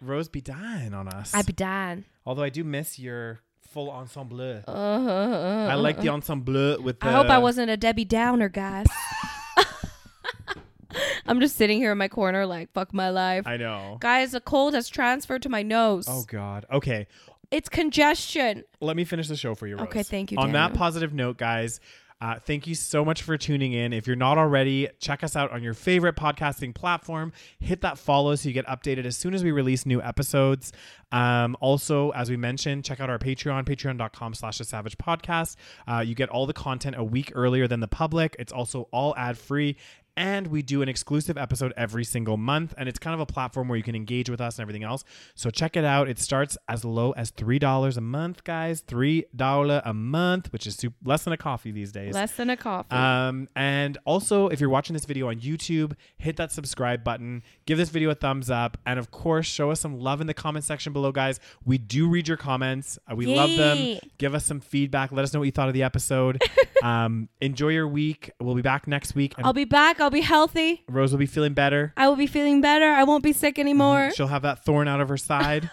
S1: Rose be dying on us.
S2: I be done.
S1: Although I do miss your full ensemble.
S2: Uh, uh,
S1: I
S2: uh,
S1: like
S2: uh.
S1: the ensemble with. The,
S2: I hope I wasn't a Debbie
S1: *laughs*
S2: Downer, guys. *laughs* I'm just sitting here in my corner, like, fuck my life.
S1: I know.
S2: guys, a cold has transferred to my nose.
S1: Oh God. Okay.
S2: It's congestion.
S1: Let me finish the show for you, Rose.
S2: Okay, thank you,
S1: On that
S2: Daniel.
S1: positive note, guys, uh, thank you so much for tuning in. If you're not already, check us out on your favorite podcasting platform. Hit that follow so you get updated as soon as we release new episodes. Um, also, as we mentioned, check out our Patreon, patreon.com slash the savage podcast. Uh, you get all the content a week earlier than the public. It's also all ad free. And we do an exclusive episode every single month. And it's kind of a platform where you can engage with us and everything else. So check it out. It starts as low as $3 a month, guys. $3 a month, which is su- less than a coffee these days.
S2: Less than a coffee.
S1: Um, and also, if you're watching this video on YouTube, hit that subscribe button, give this video a thumbs up, and of course, show us some love in the comment section below, guys. We do read your comments, Uh, we love them.
S2: Yay.
S1: Give us some feedback. Let us know what you thought of the
S2: *laughs*
S1: episode. um, enjoy your week. We'll be back next week, and
S2: I'll be back. I'll be healthy.
S1: Rose will be feeling better.
S2: I will be feeling better. I won't be sick anymore.
S1: She'll have that thorn out of her side,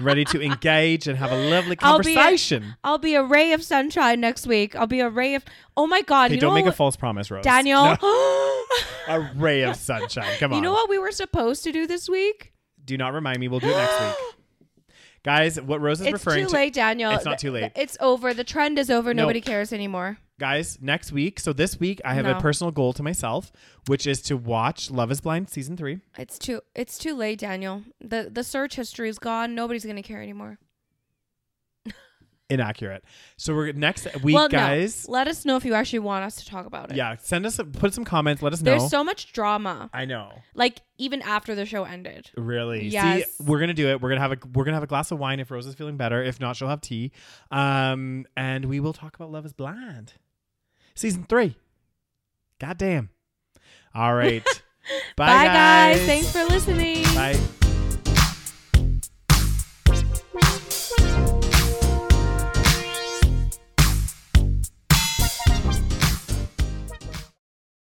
S1: ready
S2: *laughs*
S1: to engage and have a lovely
S2: I'll be a-
S1: conversation.
S2: I'll be a ray of sunshine next week. I'll be a ray of. Oh my God.
S1: Hey,
S2: you
S1: don't
S2: know
S1: make a
S2: what-
S1: false promise, Rose.
S2: Daniel. *gasps*
S1: A ray of sunshine. Come on.
S2: You know what we were supposed to do this week?
S1: Do not remind me. We'll do it next week.
S2: *gasps*
S1: Guys, what Rose is
S2: It's
S1: referring
S2: too
S1: to,
S2: late, Daniel.
S1: It's not too late.
S2: It's over. The trend is over.
S1: No.
S2: Nobody cares anymore.
S1: guys, next week. So this week, I have a
S2: No.
S1: personal goal to myself, which is to watch Love Is Blind season three.
S2: It's too. It's too late, Daniel. The the search history is gone. Nobody's gonna care anymore.
S1: Inaccurate. So we're next week,
S2: well,
S1: guys.
S2: no. Let us know if you actually want us to talk about it.
S1: Yeah, send us a, put some comments. Let us
S2: There's
S1: know.
S2: so much drama.
S1: I know.
S2: Like even after the show ended.
S1: Really?
S2: Yes.
S1: See, we're gonna do it. We're gonna have a we're gonna have a glass of wine if Rose is feeling better. If not, she'll have tea. Um, and we will talk about Love Is Blind, season three. Goddamn. All right. Bye,
S2: *laughs* Bye, guys.
S1: guys.
S2: Thanks for listening.
S1: Bye.